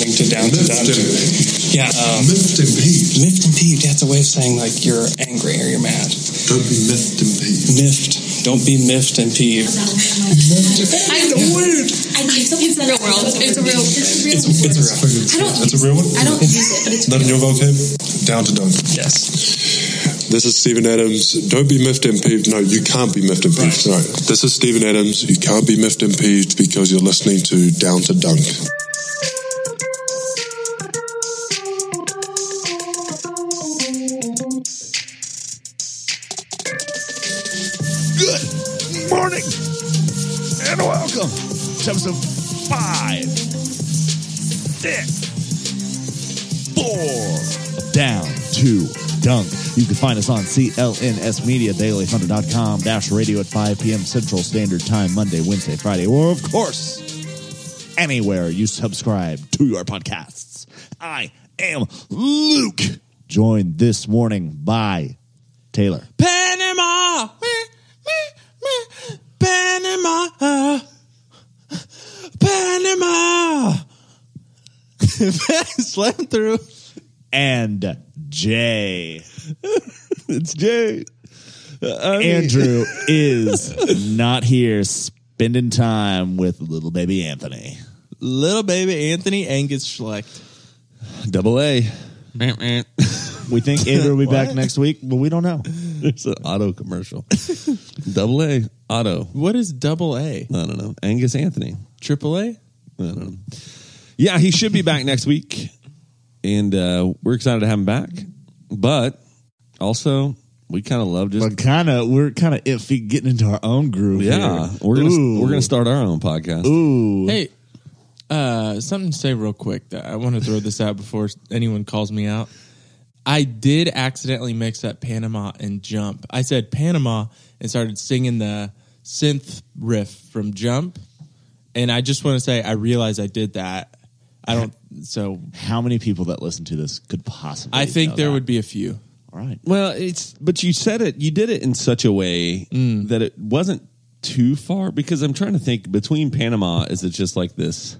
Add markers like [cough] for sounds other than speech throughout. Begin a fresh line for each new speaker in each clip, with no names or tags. is down sometimes.
Lift
Yeah. Um,
and, lift and heat.
miffed and peeved. That's a way of saying like you're angry or you're mad.
Don't be lift and heat.
Miffed. Don't be miffed and peeved.
I,
word.
I, it's a real world. It's a real. It's a real.
It's a real.
I don't.
That's a real one.
I don't use it, but it's.
Not in your vocab. Down to dunk.
Yes.
This is Stephen Adams. Don't be miffed and peeved. No, you can't be miffed and peeved. Sorry. This is Stephen Adams. You can't be miffed and peeved because you're listening to Down to Dunk.
Good morning and welcome to episode five, six, four, down to dunk. You can find us on CLNS Media, dailyhunter.com, dash radio at 5 p.m. Central Standard Time, Monday, Wednesday, Friday, or of course, anywhere you subscribe to your podcasts. I am Luke, joined this morning by Taylor.
Panama. Panama.
[laughs]
Panama. Slam through.
and Jay.
It's Jay.
[laughs] Andrew is not here spending time with little baby Anthony.
Little baby Anthony Angus Schlecht.
Double A.
There's
We think Andrew will be back next week, but we don't know.
an auto [laughs] commercial. Double A auto. What is double A?
I don't know. Angus Anthony.
Triple A?
I don't know. Yeah, he should be back next week. And uh, we're excited to have him back. But also, we kind of love just.
But kind of, we're kind of iffy getting into our own groove.
yeah,
here.
we're gonna
Ooh.
we're gonna start our own podcast.
Ooh,
Hey, uh, something to say real quick that I want to throw this out before anyone calls me out. I did accidentally mix up Panama and Jump. I said Panama and started singing the synth riff from Jump. And I just want to say I realized I did that. I don't so
how many people that listen to this could possibly?
I think
know
there
that?
would be
[laughs]
a few.
All right.
Well, it's but you said it. You did it in such a way that it wasn't too far because I'm trying to think between Panama is it just like this,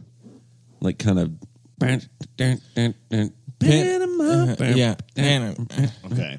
like kind of Panama,
Uh, yeah. Panama.
Okay,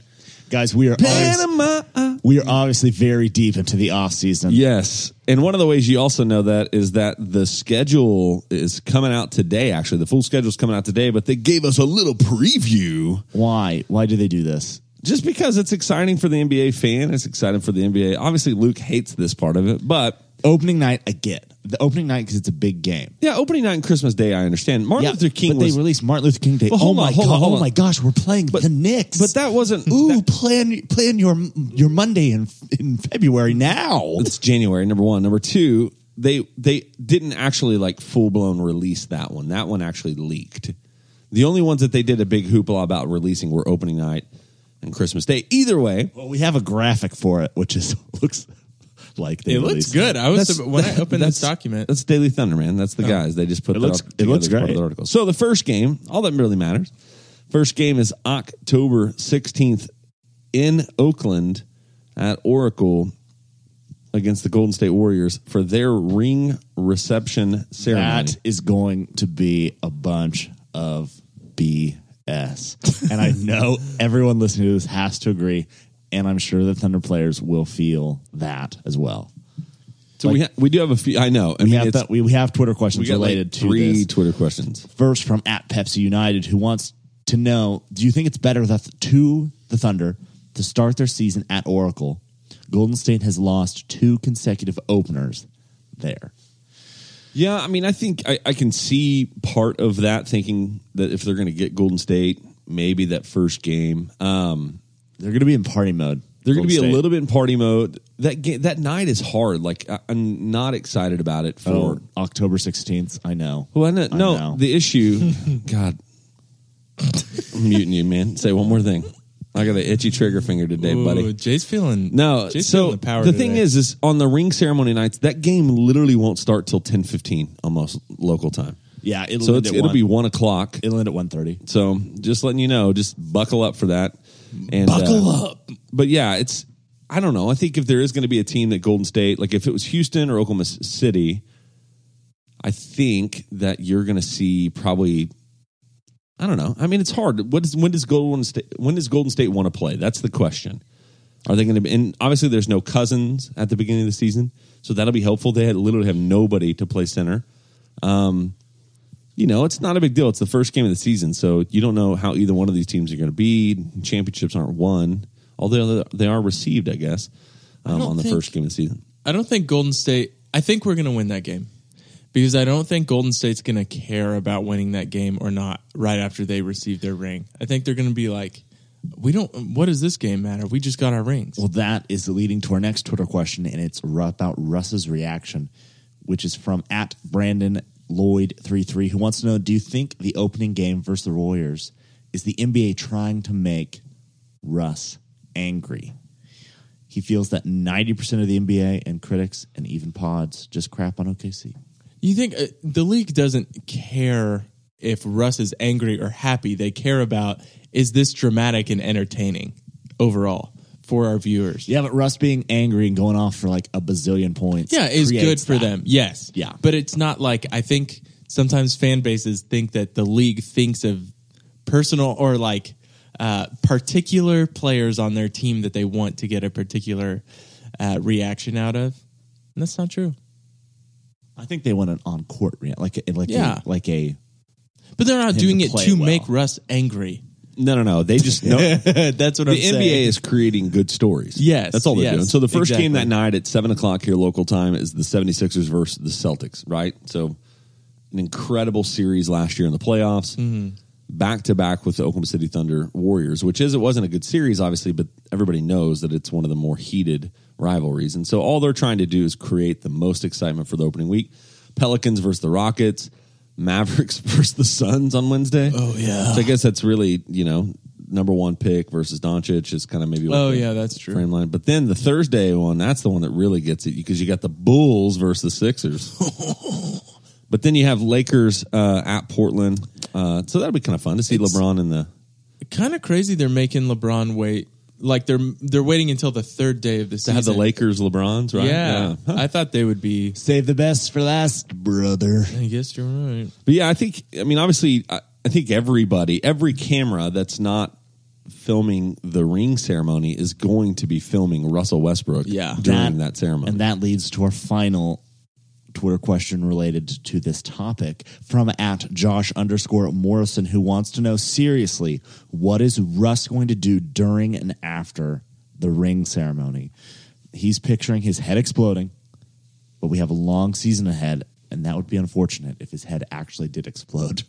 guys, we are obvious-
Panama. uh-huh.
we are obviously very deep into the off season.
Yes. And one of the ways you also know that is that the schedule is coming out today, actually. The full schedule is coming out today, but they gave us a little preview
Why? Why do they do this?
just because it's exciting for the NBA fan. It's exciting for the NBA. Obviously, Luke hates this part of it, but
Opening night, I get the opening night because it's a big game.
yeah, opening night and Christmas Day, I understand. Martin Luther King
but
was.
they released Martin Luther King Day.
But hold
oh
on,
my
hold on,
god!
hold
oh
on.
my gosh, we're playing the Knicks.
but that wasn't.
ooh,
that-
plan plan your your Monday in in February now.
it's January. Number one, number two, they they didn't actually like full blown release that one. That one actually leaked. The only ones that they did a big hoopla about releasing were opening night and Christmas Day. Either way,
Well, we have a graphic for it, which is [laughs] looks like they
It looks
released
good. I was when I opened
that's-
this document.
That's Daily Thunder, man. That's the guys. They just put
It
that
looks-
all
it
together
looks
as part of
great.
the article. So the first game, all that really matters. First game is October sixteenth in Oakland at Oracle against the Golden State Warriors for their ring reception ceremony.
That is going to be a bunch of BS,
[laughs]
and I know everyone listening to this has to agree, and I'm sure the Thunder players will feel that as well.
so we ha- we do have a few. I know. I
We
mean,
have
it's-
that, we, we have Twitter questions
we got
related
like
to
three
this.
Twitter questions.
first from at Pepsi United, who wants to know: Do you think it's better that to the Thunder to start their season at Oracle? Golden State has lost two consecutive openers there.
Yeah, I mean, I think I, I can see part of that thinking that if they're going to get Golden State, maybe that first game. Um,
They're going to be in party mode.
They're going to be
Golden
a
State.
little bit in party mode. That game, that night is hard. Like I, I'm not excited about it. For
Oh, October sixteenth. I know.
well, I know,
I
no,
know.
the
[laughs]
issue. God, I'm muting you, man. Say one more thing. I got an itchy trigger finger today,
Ooh,
buddy.
Jay's feeling
No,
Jay's
so
feeling the power.
thing
today.
is, is on the ring ceremony nights, that game literally won't start till 10:15 almost local time.
Yeah, it'll
so
end
it's,
at
it'll
one.
be one o'clock.
It'll end at one thirty.
So just letting you know, just buckle up for that. And
Buckle
up. But yeah, it's I don't know. I think if there is going to be a team that Golden State, like if it was Houston or Oklahoma City, I think that you're going to see probably I don't know. I mean, it's hard. What is when does Golden State when does Golden State want to play? That's the question. Are they going to be? And obviously, there's no Cousins at the beginning of the season, so that'll be helpful. They had literally have nobody to play center. Um, you know, it's not a big deal. It's the first game of the season, so you don't know how either one of these teams are going to be. Championships aren't won, although they are received, I guess, um,
don't
on the
think-
first game of the season.
I don't think Golden State. I think we're going to win that game because I don't think Golden State's going to care about winning that game or not right after they receive their ring. I think they're going to be like, we don't. What does this game matter? We just got our rings.
Well, that is leading to our next Twitter question, and it's ru- about Russ's reaction, which is from at Brandon Lloyd three three, who wants to know: Do you think the opening game versus the Warriors is the NBA trying to make Russ angry? He feels that ninety percent of the NBA and critics and even pods just crap on OKC.
You think uh, the league doesn't care if Russ is angry or happy? They care about is this dramatic and entertaining overall for our viewers?
Yeah, but Russ being angry and going off for like a bazillion points,
Yeah, is good
creates
for
that.
them. Yes.
Yeah.
But it's not like I think sometimes fan bases think that the league thinks of personal or like uh, particular players on their team that they want to get a particular uh, reaction out of. And that's not true.
I think they want an on court react, like a, like
Yeah.
a, like a
But they're not
to
doing it
play
to
well.
make Russ angry.
No, no, no. They just
[laughs]
no.
that's what I'm
the
saying.
NBA is creating good stories.
Yes,
That's all they're
yes,
doing. So the first
exactly.
game that night at 7 o'clock here local time is the 76ers versus the Celtics, right? So an incredible series last year in the playoffs.
Mm-hmm.
Back to back with the Oklahoma City Thunder Warriors, which is, it wasn't a good series, obviously, but everybody knows that it's one of the more heated rivalries. And so all they're trying to do is create the most excitement for the opening week. Pelicans versus the Rockets, Mavericks [laughs] versus the Suns on Wednesday. Oh,
yeah.
So I guess that's really, you know, number one pick versus Doncic is kind of maybe
Oh,
the
yeah, that's true.
Frame line. But then the Thursday one, that's the one that really gets it because you got the Bulls versus the
[laughs]
Sixers. but then you have Lakers uh, at Portland. Uh, so that'll be kind of fun to see LeBron in the.
kind of crazy they're making LeBron wait. Like they're they're waiting until the third day of the
To
season.
have the Lakers, LeBron's, right?
Yeah,
Huh.
I thought they would be.
save the best for last, brother.
I guess you're right.
But yeah, I think I mean obviously I, I think everybody, every camera that's not filming the ring ceremony is going to be filming Russell Westbrook
Yeah.
during that, ceremony.
And that leads to our final Twitter question related to this topic from at Josh underscore Morrison, who wants to know seriously, what is Russ going to do during and after the ring ceremony? He's picturing his head exploding, but we have a long season ahead, and that would be unfortunate if his head actually did explode.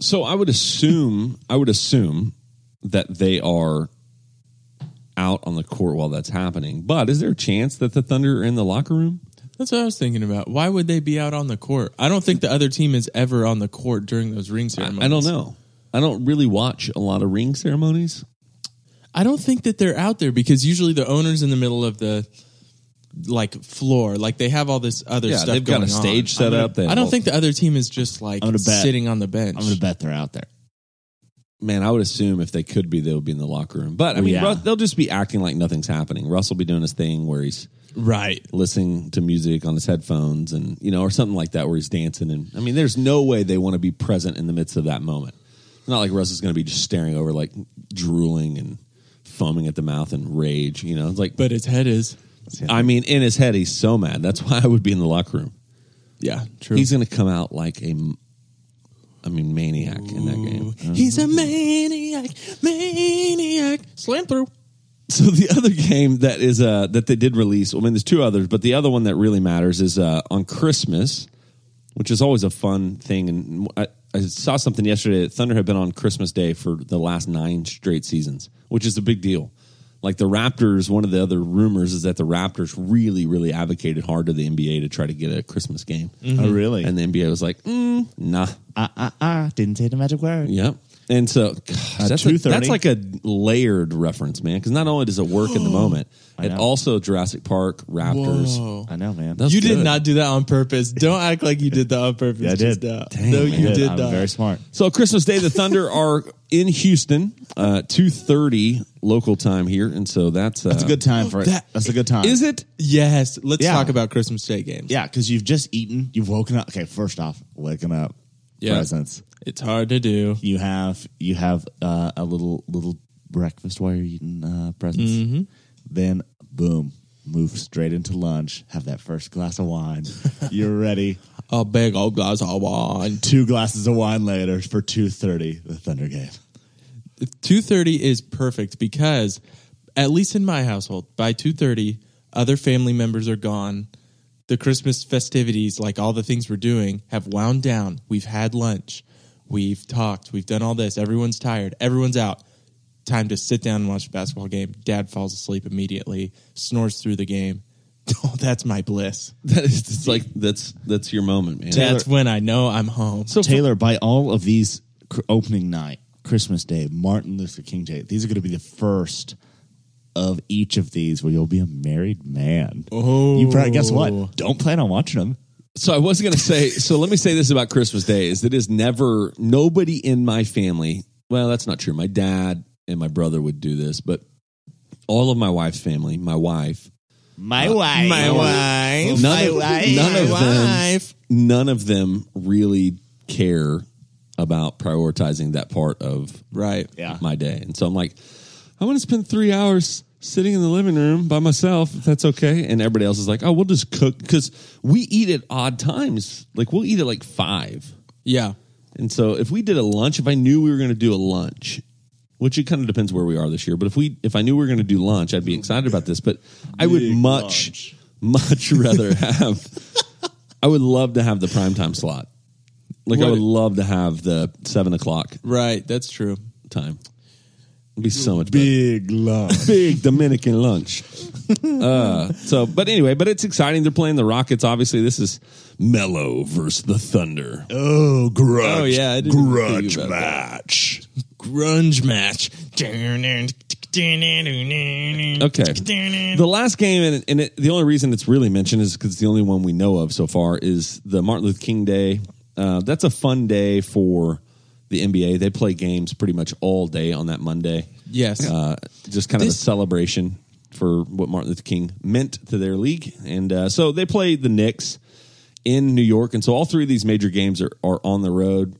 So I would assume I would assume that they are out on the court while that's happening. But is there a chance that the Thunder are in the locker room?
That's what I was thinking about. Why would they be out on the court? I don't think the other team is ever on the court during those ring ceremonies.
I don't know. I don't really watch a lot of ring ceremonies.
I don't think that they're out there because usually the owner's in the middle of the like floor. Like they have all this other
Yeah,
stuff.
they've got
going
a stage
on.
set
I'm gonna-
up. They have
I
all-
don't think the other team is just like
I'm gonna bet.
sitting on the bench.
I'm going to bet they're out there.
Man, I would assume if they could be, they would be in the locker room. But I
Well,
mean,
yeah.
Russ, they'll just be acting like nothing's happening. Russ will be doing his thing where he's
right.
listening to music on his headphones and you know or something like that where he's dancing and i mean there's no way they want to be present in the midst of that moment it's not like russ is going to be just staring over like drooling and foaming at the mouth and rage you know it's like
But his head is.
i mean in his head he's so mad that's why i would be in the locker room
Yeah, true.
he's going to come out like a m- i mean maniac in that game
He's a maniac, maniac. Slam through.
So [laughs] the other game that is uh that they did release. I mean, there's two others, but the other one that really matters is uh on Christmas, which is always a fun thing. And I, I saw something yesterday that Thunder had been on Christmas Day for the last nine straight seasons, which is a big deal. Like the Raptors, one of the other rumors is that the Raptors really, really advocated hard to the NBA to try to get a Christmas game,
Oh, really?
and the NBA was like, mm, nah,
Ah, ah, ah. Didn't say the magic word.
Yep. And so gosh, that's, a,
2:30.
that's like a layered reference, man. Because not only does it work in the moment, it
know.
also Jurassic Park, Raptors.
Whoa.
I know, man.
That's
you
good.
did not do that on purpose. Don't act like you did that on purpose.
Yeah, I did.
Just now.
Dang,
no,
I
you did,
I'm
not.
very smart.
So Christmas Day, the Thunder are in Houston, uh, two thirty local time here, and so that's uh,
That's a good [laughs] time for it.
that-
That's a good time.
Is it? Yes. Let's
Yeah.
talk about Christmas Day games.
Yeah, because you've just eaten, you've woken up. Okay, first off, waking up,
Yeah.
presents.
It's hard to do.
You have you have uh, a little little breakfast while you're eating uh, presents.
Mm-hmm.
Then boom, move straight into lunch. Have that first glass of
[laughs]
wine. you're ready.
A big old glass of wine.
Two glasses of wine later for two thirty. The Thunder game.
Two thirty is perfect because, at least in my household, by two thirty, other family members are gone. The Christmas festivities, like all the things we're doing, have wound down. We've had lunch, we've talked, we've done all this. Everyone's tired. Everyone's out. Time to sit down and watch a basketball game. Dad falls asleep immediately, snores through the game. [laughs] Oh, that's my bliss.
That is, it's like that's that's your moment, man.
That's when I know I'm home. So
Taylor, by all of these cr- opening night, Christmas Day, Martin Luther King Day, these are going to be the first of each of these where you'll be a married man.
Oh.
you probably, guess what? Don't plan on watching them.
So I was gonna say. So let me say this about Christmas Day: is that is never nobody in my family. Well, that's not true. My dad and my brother would do this, but all of my wife's family, my wife,
My wife, Uh, my wife,
none of, none of them, none of them really care about prioritizing that part of
right.
Yeah.
my day. And so I'm like, I'm going to spend three hours sitting in the living room by myself. If that's okay. And everybody else is like, oh, we'll just cook because we eat at odd times. Like we'll eat at like five.
Yeah.
And so if we did a lunch, if I knew we were going to do a lunch, which it kind of depends where we are this year, but if we if I knew we were going to do lunch, I'd be excited about this. But I would much much [laughs] rather have. I would love to have the prime time slot. Like I
What-
would love to have the seven o'clock
Right. That's true.
time. It'd be so much better.
Big love.
big Dominican lunch. [laughs] uh, so, but anyway, but it's exciting. They're playing the Rockets. Obviously, this is Mello versus the Thunder.
Oh, [laughs] grudge.
Oh, yeah, I didn't even think
grudge
about
match.
Grunge match.
Okay. The last game, and, and it, the only reason it's really mentioned is because it's the only one we know of so far, is the Martin Luther King Day. Uh, that's a fun day for the NBA. They play games pretty much all day on that Monday.
Yes.
Uh, just kind of
This-
a celebration for what Martin Luther King meant to their league. And uh, so they play the Knicks in New York. And so all three of these major games are, are on the road.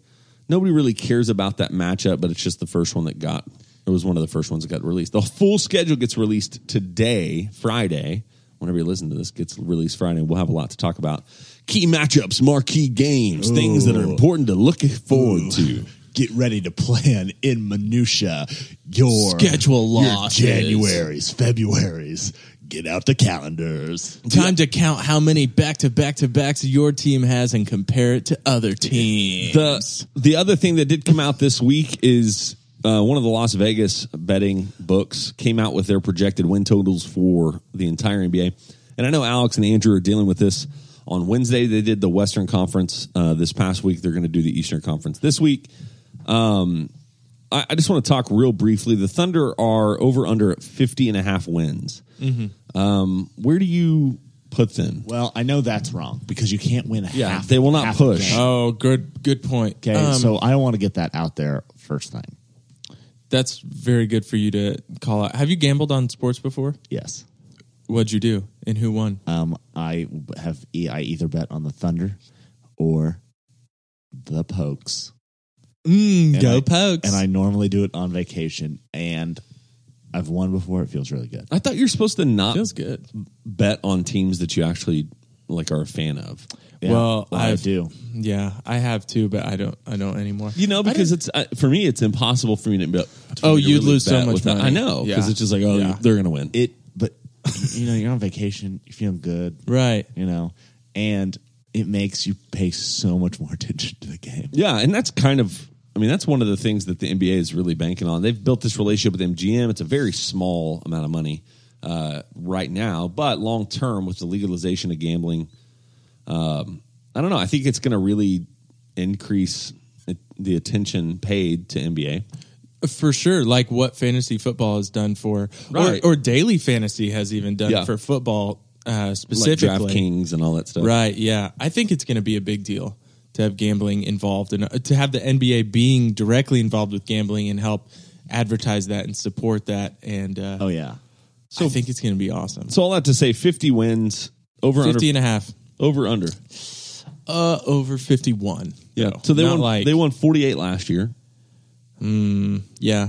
Nobody really cares about that matchup, but it's just the first one that got, it was one of the first ones that got released. The full schedule gets released today, Friday. Whenever you listen to this, gets released Friday. We'll have a lot to talk about. Key matchups, marquee games, things that are important to look forward to.
Get ready to plan in minutia your
Schedule
your
losses.
Januaries, Februaries. Get out the calendars.
Time to count how many back to back to backs your team has and compare it to other teams.
the the other thing that did come out this week is uh, one of the Las Vegas betting books came out with their projected win totals for the entire NBA. And I know Alex and Andrew are dealing with this on Wednesday. They did the Western Conference uh, this past week. They're going to do the Eastern Conference this week. Um, I, I just want to talk real briefly. The Thunder are over under at 50 and a half wins. Um, where do you put them?
Well, I know that's wrong because you can't win a
Yeah,
half.
they will not
half a
push.
game.
oh, good good point.
Okay,
Um,
so I want to get that out there first thing.
that's very good for you to call out. Have you gambled on sports before?
Yes.
What'd you do and who won?
Um, I have e- I either bet on the Thunder or the Pokes,
Mm,
And
go
I-
Pokes.
and I normally do it on vacation. And I've won before; it feels really good.
I thought you were supposed to not
feels good.
bet on teams that you actually like are a fan of.
Yeah,
well,
I
I've-
do.
Yeah, I have too, but I don't. I don't anymore.
You know, because it's uh, for me, it's impossible for me to bet. for
Oh,
me to
you'd lose so
bet
much
without- I
money.
know because
Yeah.
it's just like, oh,
Yeah.
they're gonna win.
It, but you know, you're on vacation, you're feeling good,
Right.
You know, and it makes you pay so much more [laughs] attention to the game.
yeah, and that's kind of. I mean, that's one of the things that the NBA is really banking on. They've built this relationship with MGM. It's a very small amount of money uh, right now, but long term with the legalization of gambling, um, I don't know. I think it's going to really increase it- the attention paid to NBA.
for sure like what fantasy football has done for
Right.
or, or daily fantasy has even done
Yeah.
for football uh
like
specifically
DraftKings and all that stuff.
right yeah i think it's going to be a big deal to have gambling involved and uh, to have the nba being directly involved with gambling and help advertise that and support that and uh,
Oh yeah,
i think it's going to be awesome
So all that to say, fifty wins over
50
under
and a half
over under.
uh, over 51.
Yeah.
though.
So they
Not
won.
like,
they won 48 last year.
Yeah.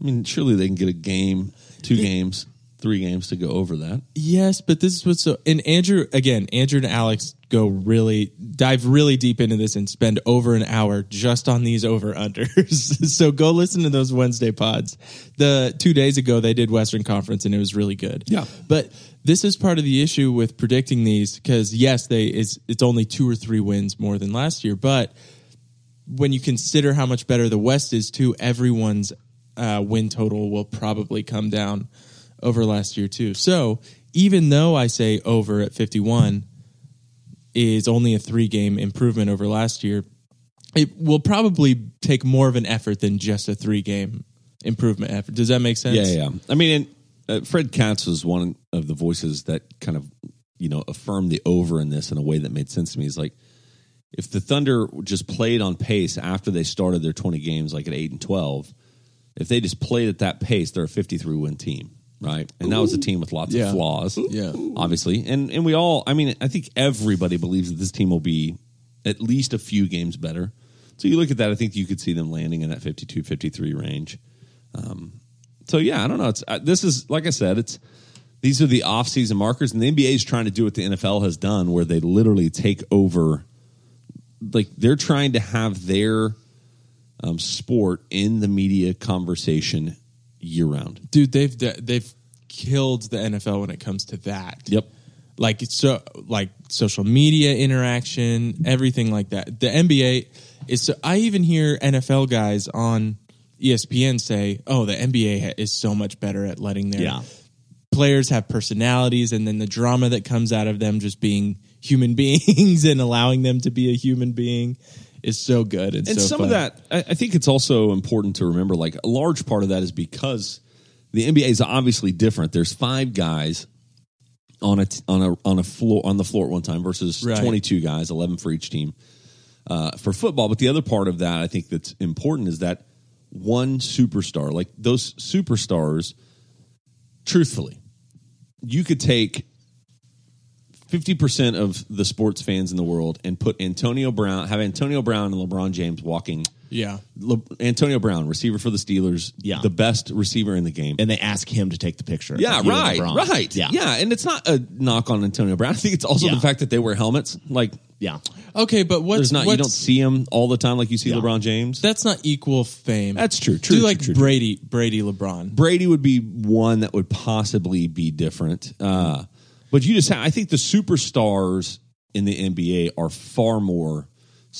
I mean, surely they can get a game, two games, three games to go over that.
Yes, but this is what's so. And Andrew, again, Andrew and Alex go really dive really deep into this and spend over an hour just on these over unders. [laughs] so go listen to those Wednesday pods. The two days ago they did Western Conference and it was really good.
Yeah.
but this is part of the issue with predicting these because yes, they it's it's only two or three wins more than last year, but when you consider how much better the West is too, everyone's uh, win total will probably come down over last year too. So even though I say over at 51 is only a three game improvement over last year, it will probably take more of an effort than just a three game improvement effort. Does that make sense?
Yeah, yeah. I mean, and, uh, Fred Katz was one of the voices that kind of, you know, affirmed the over in this in a way that made sense to me. He's like, if the Thunder just played on pace after they started their 20 games, like at 8 and 12, if they just played at that pace, they're a 53 win team, right? And that was a team with lots
Yeah.
of flaws,
Yeah.
obviously. And and we all, I mean, I think everybody believes that this team will be at least a few games better. So you look at that, I think you could see them landing in that 52 53 range. Um, So yeah, I don't know. It's uh, this is like I said. It's these are the off-season markers, and the NBA is trying to do what the NFL has done, where they literally take over. Like they're trying to have their um, sport in the media conversation year round.
Dude, they've de- they've killed the NFL when it comes to that. like it's so like social media interaction, everything like that. The NBA is so I even hear NFL guys on E ESPN say, "Oh, the NBA ha- is so much better at letting their
Yeah.
players have personalities and then the drama that comes out of them just being human [laughs] beings and allowing them to be a human being is so good and,
and
so
some
fun.
of that I, I think it's also important to remember like a large part of that is because the nba is obviously different there's five guys on a t- on a on a floor on the floor at one time versus
Right.
22 guys 11 for each team uh, for football but the other part of that i think that's important is that one superstar like those superstars truthfully you could take 50% of the sports fans in the world and put Antonio Brown, have Antonio Brown and LeBron James walking.
yeah.
Le, Antonio Brown, receiver for the Steelers,
Yeah.
the best receiver in the game.
and they ask him to take the picture.
yeah,
of you and
right,
LeBron.
right.
Yeah,
yeah, and it's not a knock on Antonio Brown. [laughs] I think it's also
Yeah.
the fact that they wear helmets. Like,
yeah.
Okay, but what's
there's not you
what's-
don't see him all the time like you see
Yeah.
LeBron James.
that's not equal fame.
That's true, true,
Do
true,
like
true, true.
Brady, Brady, LeBron.
Brady would be one that would possibly be different. Uh, but you just, ha- I think the superstars in the NBA are far more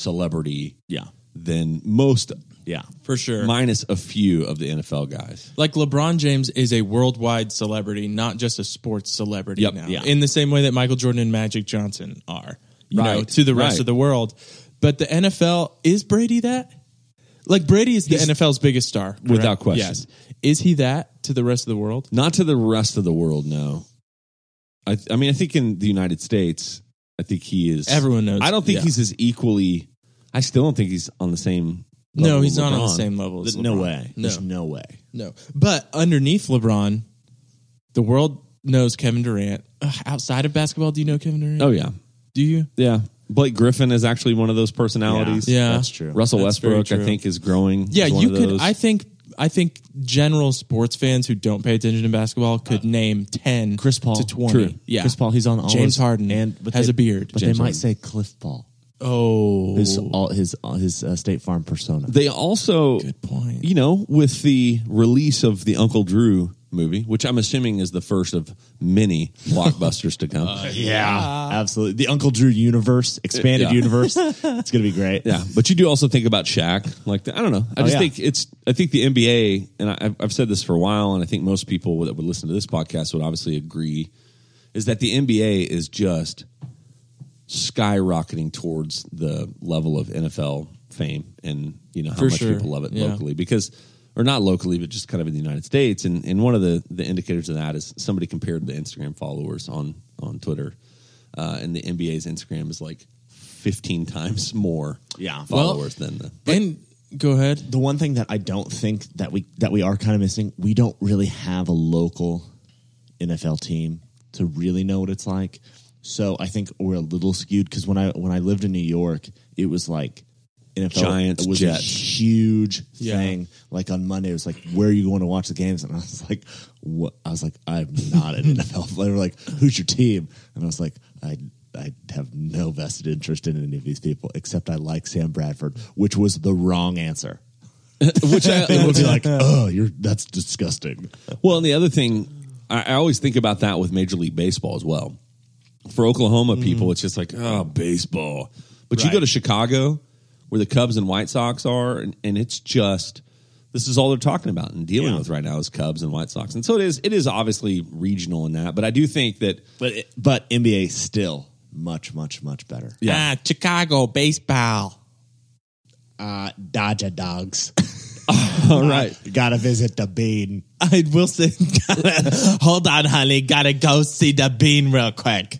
celebrity,
Yeah.
than most,
Yeah.
for sure.
minus a few of the NFL guys.
Like LeBron James is a worldwide celebrity, not just a sports celebrity
Yep,
now.
yeah.
In the same way that Michael Jordan and Magic Johnson are, you know,
Right,
to the rest
right.
of the world. But the NFL is Brady that? Like Brady is the NFL's biggest star, correct?
Without question.
Yes, is he that to the rest of the world?
Not to the rest of the world, no. I, th- I mean, I think in the United States, I think he is.
Everyone knows.
I don't think
yeah.
he's as equally. I still don't think he's on the same. level
No,
with
he's not on the
LeBron.
same level. As
There's no
LeBron.
way.
No,
There's no way.
no. But underneath LeBron, the world knows Kevin Durant. Ugh, outside of basketball, do you know Kevin Durant?
Oh yeah,
do you?
yeah. Blake Griffin is actually one of those personalities.
Yeah.
That's true.
Russell
That's very
Westbrook, I
true.
think, is growing.
Yeah,
He's one
you
of
could.
those.
I think. I think general sports fans who don't pay attention to basketball could name ten,
Chris Paul.
to twenty.
True.
Yeah,
Chris Paul. He's on all
James
those-
Harden
and but
has
they-
a beard.
But they
James
might
Harden.
say Cliff Paul.
"Oh,
His all his all his uh, State Farm persona.
They also,
Good point.
You know, with the release of the Uncle Drew movie, which I'm assuming is the first of
[laughs]
many blockbusters to come.
Uh,
yeah, absolutely. The Uncle Drew universe, expanded
Yeah.
[laughs]
universe. It's gonna be great.
Yeah, but you do also think about Shaq. Like the, I don't know. I
Oh,
just
yeah.
think it's. I think the NBA, and I, I've- I've said this for a while, and I think most people that would listen to this podcast would obviously agree, is that the NBA is just skyrocketing towards the level of NFL fame, and you know how
For
much
sure.
people love it
Yeah.
locally because. Or not locally, but just kind of in the United States, and and one of the, the indicators of that is somebody compared the Instagram followers on on Twitter, uh, and the NBA's Instagram is like fifteen times more
Yeah.
followers than the
and go ahead.
The one thing that I don't think that we that we are kind of missing, we don't really have a local NFL team to really know what it's like.
So I think we're a little skewed because when I when I lived in New York, it was like NFL
Giants,
it was a
Jets.
huge
Yeah.
thing. Like on Monday, it was like, "Where are you going to watch the games?" And I was like, "What?" I was like, "I'm not an [laughs] NFL player." They were Like, who's your team? And I was like, I. I have no vested interest in any of these people except I like Sam Bradford, which was the wrong answer.
Which I, [laughs]
It would be like, oh, you're that's disgusting.
Well, and the other thing, I, I always think about that with Major League Baseball as well. For Oklahoma people, it's just like, oh, baseball. But you
Right.
go to Chicago, where the Cubs and White Sox are, and, and it's just this is all they're talking about and dealing
Yeah.
with right now is Cubs and White Sox. And so it is. It is obviously regional in that, but I do think that
But it, but NBA still much much much better.
Yeah.
Ah, Chicago baseball.
Uh, Dodger dogs.
all right.
Gotta visit the bean.
[laughs] I will say, hold on, honey. Gotta go see the bean
[laughs]
real quick.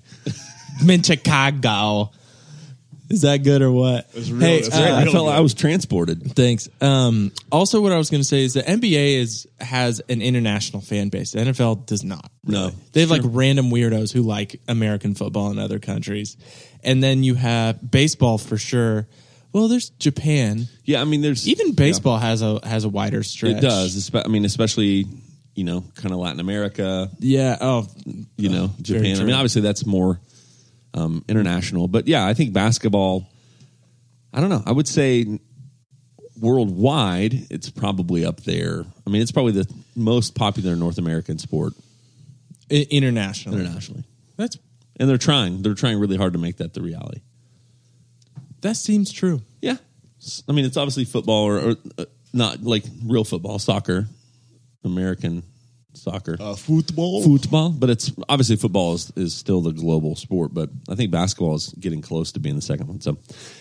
I'm in Chicago. Is that good or what? Hey,
That's
uh,
right. I felt like I was transported.
Thanks. Um, also, what I was going to say is the NBA is has an international fan base. The NFL does not.
No.
they have like random weirdos who like American football in other countries, and then you have baseball for sure. Well, there's Japan.
Yeah, I mean, there's
Even baseball has a has a wider stretch.
It does. Espe- I mean, especially you know, kind of Latin America.
Yeah. Oh,
you know,
very
Japan. I
true.
mean, obviously that's more um, international, but yeah, I think basketball. I don't know. I would say worldwide, it's probably up there. I mean, it's probably the most popular North American sport
I- international.
internationally,
That's
and they're trying. They're trying really hard to make that the reality.
that seems true.
Yeah, S- I mean, it's obviously football or, or uh, not like real football, soccer, American soccer.
football.
football, but it's obviously football is, is still the global sport, but I think basketball is getting close to being the second one. So,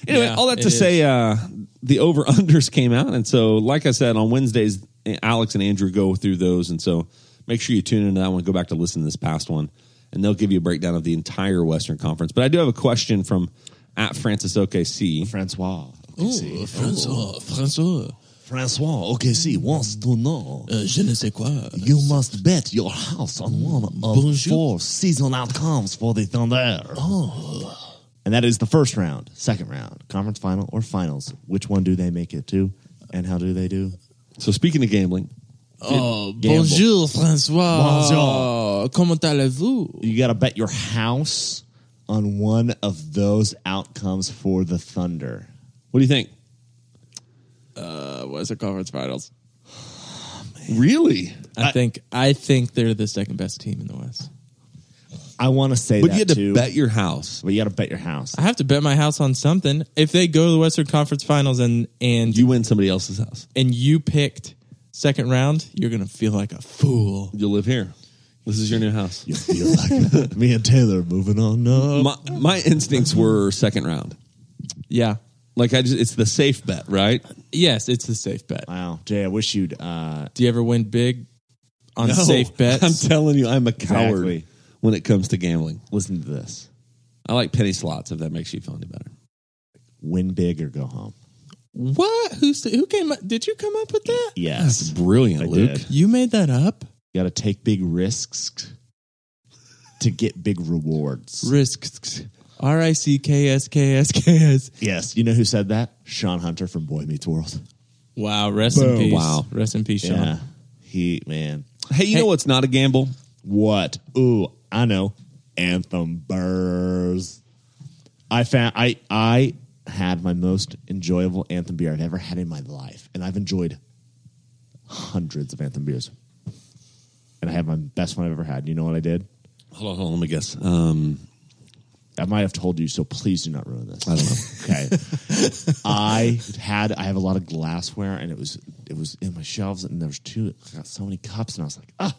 anyway,
Yeah,
all that
it
to
is.
say, uh, the over unders came out, and so like I said on Wednesdays, Alex and Andrew go through those, and so make sure you tune into that one. Go back to listen to this past one, and they'll give you a breakdown of the entire Western Conference. But I do have a question from at Francis OKC.
Francois.
Ooh, Francois, Francois,
Francois OKC wants to know.
uh, je ne sais quoi.
You must bet your house on one of four season outcomes for the Thunder. And that is the first round, second round, conference final, or finals. Which one do they make it to? And how do they do?
So, speaking of gambling,
Oh,
Gamble.
bonjour, Francois.
Bonjour.
Comment allez-vous?
You got to bet your house on one of those outcomes for the Thunder.
what do you think?
Uh, what's the conference finals?
Really?
I, think I think they're the second best team in the West.
I want to say
But
that
you had to
too.
bet your house.
but you got to bet your house.
I have to bet my house on something. If they go to the Western Conference Finals and and
You win somebody else's house.
and you picked second round, you're gonna feel like a fool.
You'll live here. This is your new house.
[laughs] You feel like uh, me and Taylor moving on up.
[laughs] my, my instincts were second round.
Yeah.
Like I just, it's the safe bet, right?
Yes, it's the safe bet.
Wow, Jay, I wish you'd. Uh,
Do you ever win big on safe
[laughs]
bets?
I'm telling you, I'm a coward
Exactly.
when it comes to gambling.
listen to this.
I like penny slots if that makes you feel any better.
Win big or go home.
what? Who s- who came up? Did you come up with that?
Yes.
Brilliant,
I
Luke.
did.
You made that up?
You got to take big risks to get big rewards.
Risks. R I C K S K S K S.
Yes. You know who said that? Sean Hunter from Boy Meets World.
Wow, rest in
Boom.
peace.
Wow.
Rest in peace, Sean.
Yeah. He, man.
Hey, you know what's not a gamble?
What? Ooh, I know. Anthem Burrs. I found I I had my most enjoyable anthem beer I've ever had in my life, and I've enjoyed hundreds of anthem beers. And I had my best one I've ever had. You know what I did?
Hold on, hold on. Let me guess. Um,
I might have told you, so please do not ruin this.
I don't know.
Okay. I had I have a lot of glassware and it was it was in my shelves and there was two I got so many cups and I was like, ah,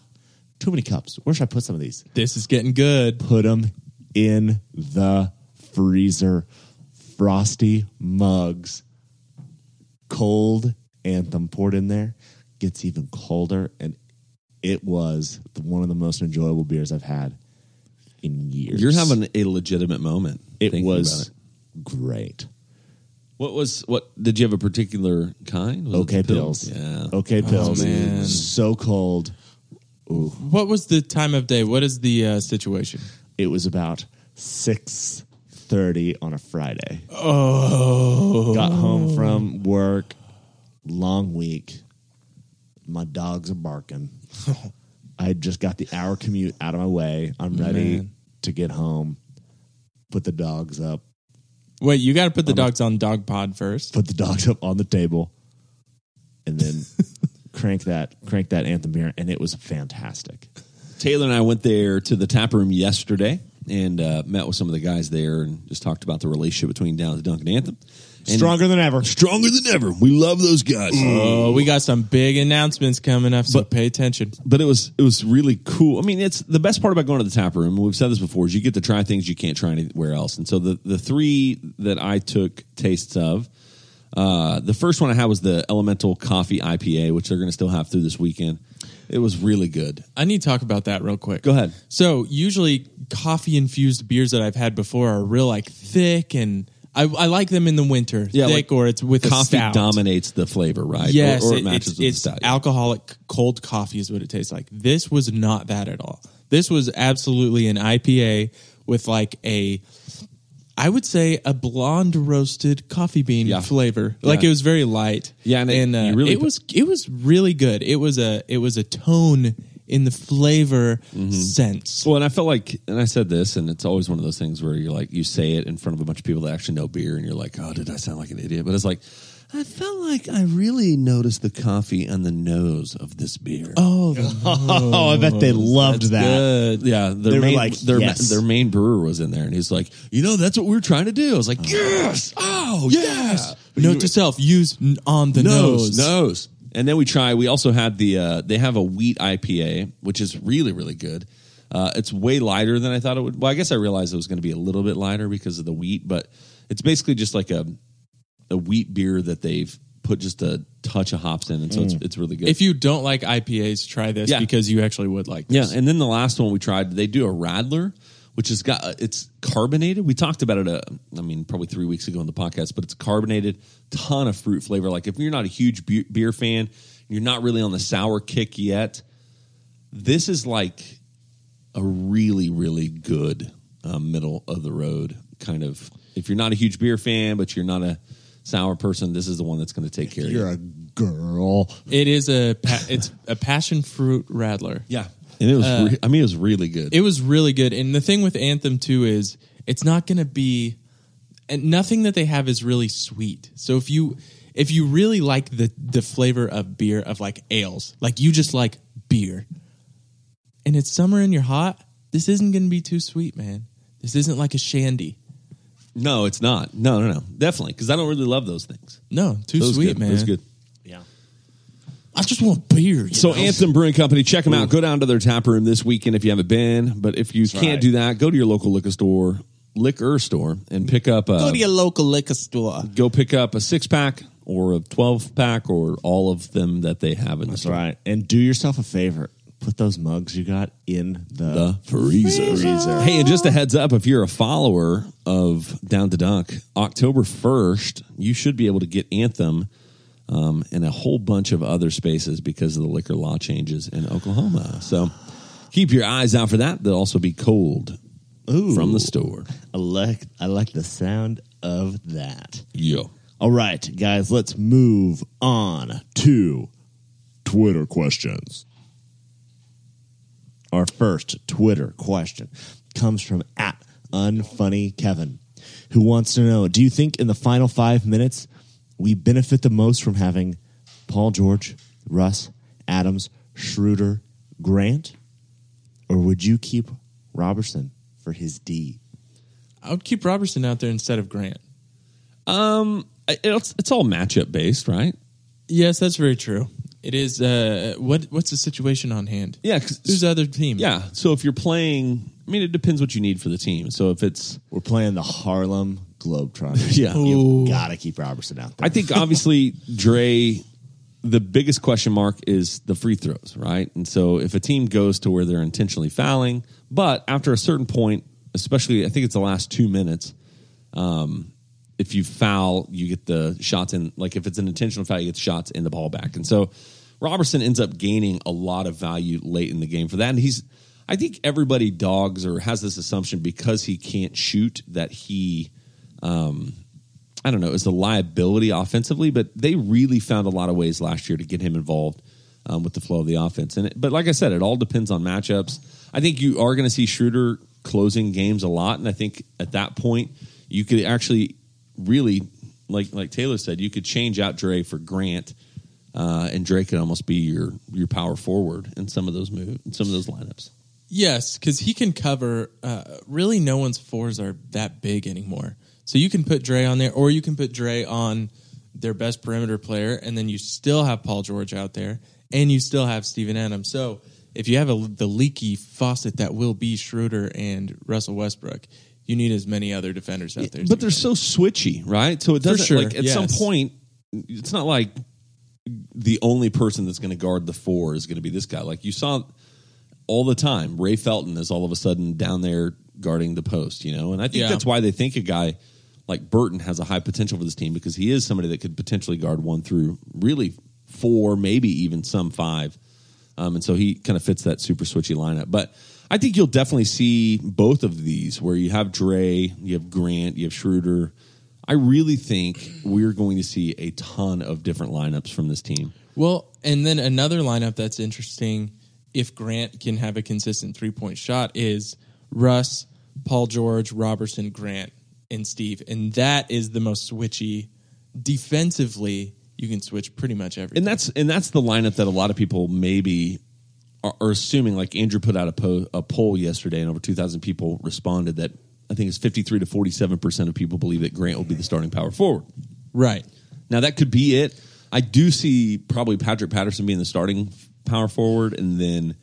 too many cups. Where should I put some of these?
This is getting good.
Put them in the freezer. Frosty mugs, cold anthem poured in there, gets even colder, and it was the- one of the most enjoyable beers I've had in years.
You're having a legitimate moment.
it
thinking
was
about it.
great.
What was what? Did you have a particular kind? Was it
Okay
the
pills.
Yeah. Oh,
Okay pills.
man.
So cold.
What was the time of day? What is the uh, situation?
It was about six thirty on a Friday.
Oh,
Got home from work, long week. My dogs are
[laughs]
barking. I just got the hour commute out of my way. I'm ready
Man.
to get home. Put the dogs up.
wait! You got to put the dogs on dog pod first.
Put the [laughs] dogs up on the table, and then
[laughs]
crank that crank that anthem beer, and it was fantastic.
Taylor and I went there to the tap room yesterday and uh, met with some of the guys there and just talked about the relationship between Down to Dunk and Anthem. And
Stronger than ever.
stronger than ever. We love those guys.
Oh, we got some big announcements coming up, so pay attention.
but it was it was really cool. I mean, it's the best part about going to the tap room. and We've said this before: is you get to try things you can't try anywhere else. And so the the three that I took tastes of, uh, the first one I had was the Elemental Coffee IPA, which they're going to still have through this weekend. It was really good.
I need to talk about that real quick.
Go ahead.
So usually coffee infused beers that I've had before are real like thick and I, I like them in the winter,
Yeah,
thick
like
or it's with a
Coffee
stout.
dominates the flavor, right?
Yes,
or, or it,
it-
matches
it's,
with
it's
the stout.
alcoholic cold coffee is what it tastes like. This was not that at all. This was absolutely an IPA with like a, I would say a blonde roasted coffee bean
Yeah.
flavor. Like
Yeah.
it was very light.
Yeah, and it-
uh,
you really
it
put-
was it was really good. It was a it was a tone in the flavor sense.
Mm-hmm. Well, and I felt like, and I said this, and it's always one of those things where you're like, you say it in front of a bunch of people that actually know beer, and you're like, oh, did I sound like an idiot? But it's like, I felt like I really noticed the coffee on the nose of this beer.
Oh,
[laughs] Oh, I bet they loved that.
Uh, yeah, their
They were
main,
like,
their,
yes.
their main brewer was in there, and he's like, you know, that's what we we're trying to do. I was like, yes, oh, yes,
note to self: use n- on the nose.
nose, nose. And then we try. We also had the. Uh, they have a wheat IPA, which is really really good. Uh, it's way lighter than I thought it would. Well, I guess I realized it was going to be a little bit lighter because of the wheat, but it's basically just like a a wheat beer that they've put just a touch of hops in, and so it's it's really good.
Mm. If you don't like IPAs, try this
Yeah.
because you actually would like
yeah,
this.
and then the last one we tried, they do a Radler, which has got uh, it's carbonated. We talked about it, uh, I mean, probably three weeks ago on the podcast, but it's carbonated, ton of fruit flavor. Like if you're not a huge beer, beer fan, you're not really on the sour kick yet. This is like a really, really good uh, middle of the road kind of. If you're not a huge beer fan, but you're not a sour person, this is the one that's going to take care of you.
You're a girl.
It is a pa- it's a passion fruit radler.
yeah, and it was. re- I mean, it was really good.
It was really good. And the thing with Anthem too is it's not going to be and nothing that they have is really sweet. So if you if you really like the the flavor of beer of like ales, like you just like beer. And it's summer and you're hot, this isn't going to be too sweet, man. This isn't like a shandy.
No, it's not. No, no, no. Definitely, because I don't really love those things.
No, too
Those
sweet,
good.
man.
Those good.
I just want beer. you
So
know?
Anthem Brewing Company, check them out. Go down to their tap room this weekend if you haven't been. But if you can't
right.
do that, go to your local liquor store, liquor store, and pick up a
go to your local liquor store.
go pick up a six pack or a twelve pack or all of them that they have in the
That's
store.
right. And do yourself a favor. Put those mugs you got in
The
the,
freezer.
freezer.
Hey, and just a heads up, if you're a follower of Down to Dunk, October 1st, you should be able to get Anthem um, and a whole bunch of other spaces because of the liquor law changes in Oklahoma. So keep your eyes out for that. They'll also be cold
Ooh.
from the store.
I like I like the sound of that.
Yeah.
All right, guys, let's move on to Twitter questions. Our first Twitter question comes from at unfunny Kevin, who wants to know: Do you think in the final five minutes we benefit the most from having Paul George, Russ, Adams, Schroeder, Grant, or would you keep Robertson for his D?
I would keep Robertson out there instead of Grant.
It's, it's all matchup based, right?
Yes, that's very true. It is. Uh, what What's the situation on hand?
Yeah. 'cause-
Who's the other team?
yeah. So if you're playing, I mean, it depends what you need for the team. So if it's,
We're playing the Harlem [laughs] Globetrotters.
yeah.
You gotta keep Robertson out there.
I think obviously Dre, the biggest question mark is the free throws, right? And so if a team goes to where they're intentionally fouling, but after a certain point, especially I think it's the last two minutes, um, if you foul, you get the shots in. Like if it's an intentional foul, you get the shots and the ball back. And so Robertson ends up gaining a lot of value late in the game for that, and he's. I think everybody dogs or has this assumption because he can't shoot that he, um, I don't know, is a liability offensively. But they really found a lot of ways last year to get him involved um, with the flow of the offense. And it, but like I said, it all depends on matchups. I think you are going to see Schroeder closing games a lot, and I think at that point you could actually really, like like Taylor said, you could change out Dre for Grant. Uh, and Dre could almost be your your power forward in some of those move in some of those lineups.
Yes, because he can cover. Uh, really, no one's fours are that big anymore. So you can put Dre on there, or you can put Dre on their best perimeter player, and then you still have Paul George out there, and you still have Steven Adams. So if you have a, the leaky faucet that will be Schroeder and Russell Westbrook, you need as many other defenders out there. as
but
you
they're so
can.
switchy, right? So it
For
doesn't
sure,
like at
yes.
some point it's not like the only person that's going to guard the four is going to be this guy. Like you saw all the time, Ray Felton is all of a sudden down there guarding the post, you know. And I think
Yeah.
that's why they think a guy like Burton has a high potential for this team because he is somebody that could potentially guard one through really four, maybe even some five. Um, and so he kind of fits that super switchy lineup. But I think you'll definitely see both of these where you have Dre, you have Grant, you have Schroeder. I really think we're going to see a ton of different lineups from this team.
Well, and then another lineup that's interesting, if Grant can have a consistent three point shot, is Russ, Paul George, Robertson, Grant, and Steve. And that is the most switchy. Defensively, you can switch pretty much everything.
And that's and that's the lineup that a lot of people maybe are, are assuming. Like Andrew put out a, po- a poll yesterday, and over two thousand people responded that I think it's fifty three to forty seven percent of people believe that Grant will be the starting power forward.
right.
Now that could be it. I do see probably Patrick Patterson being the starting power forward, and then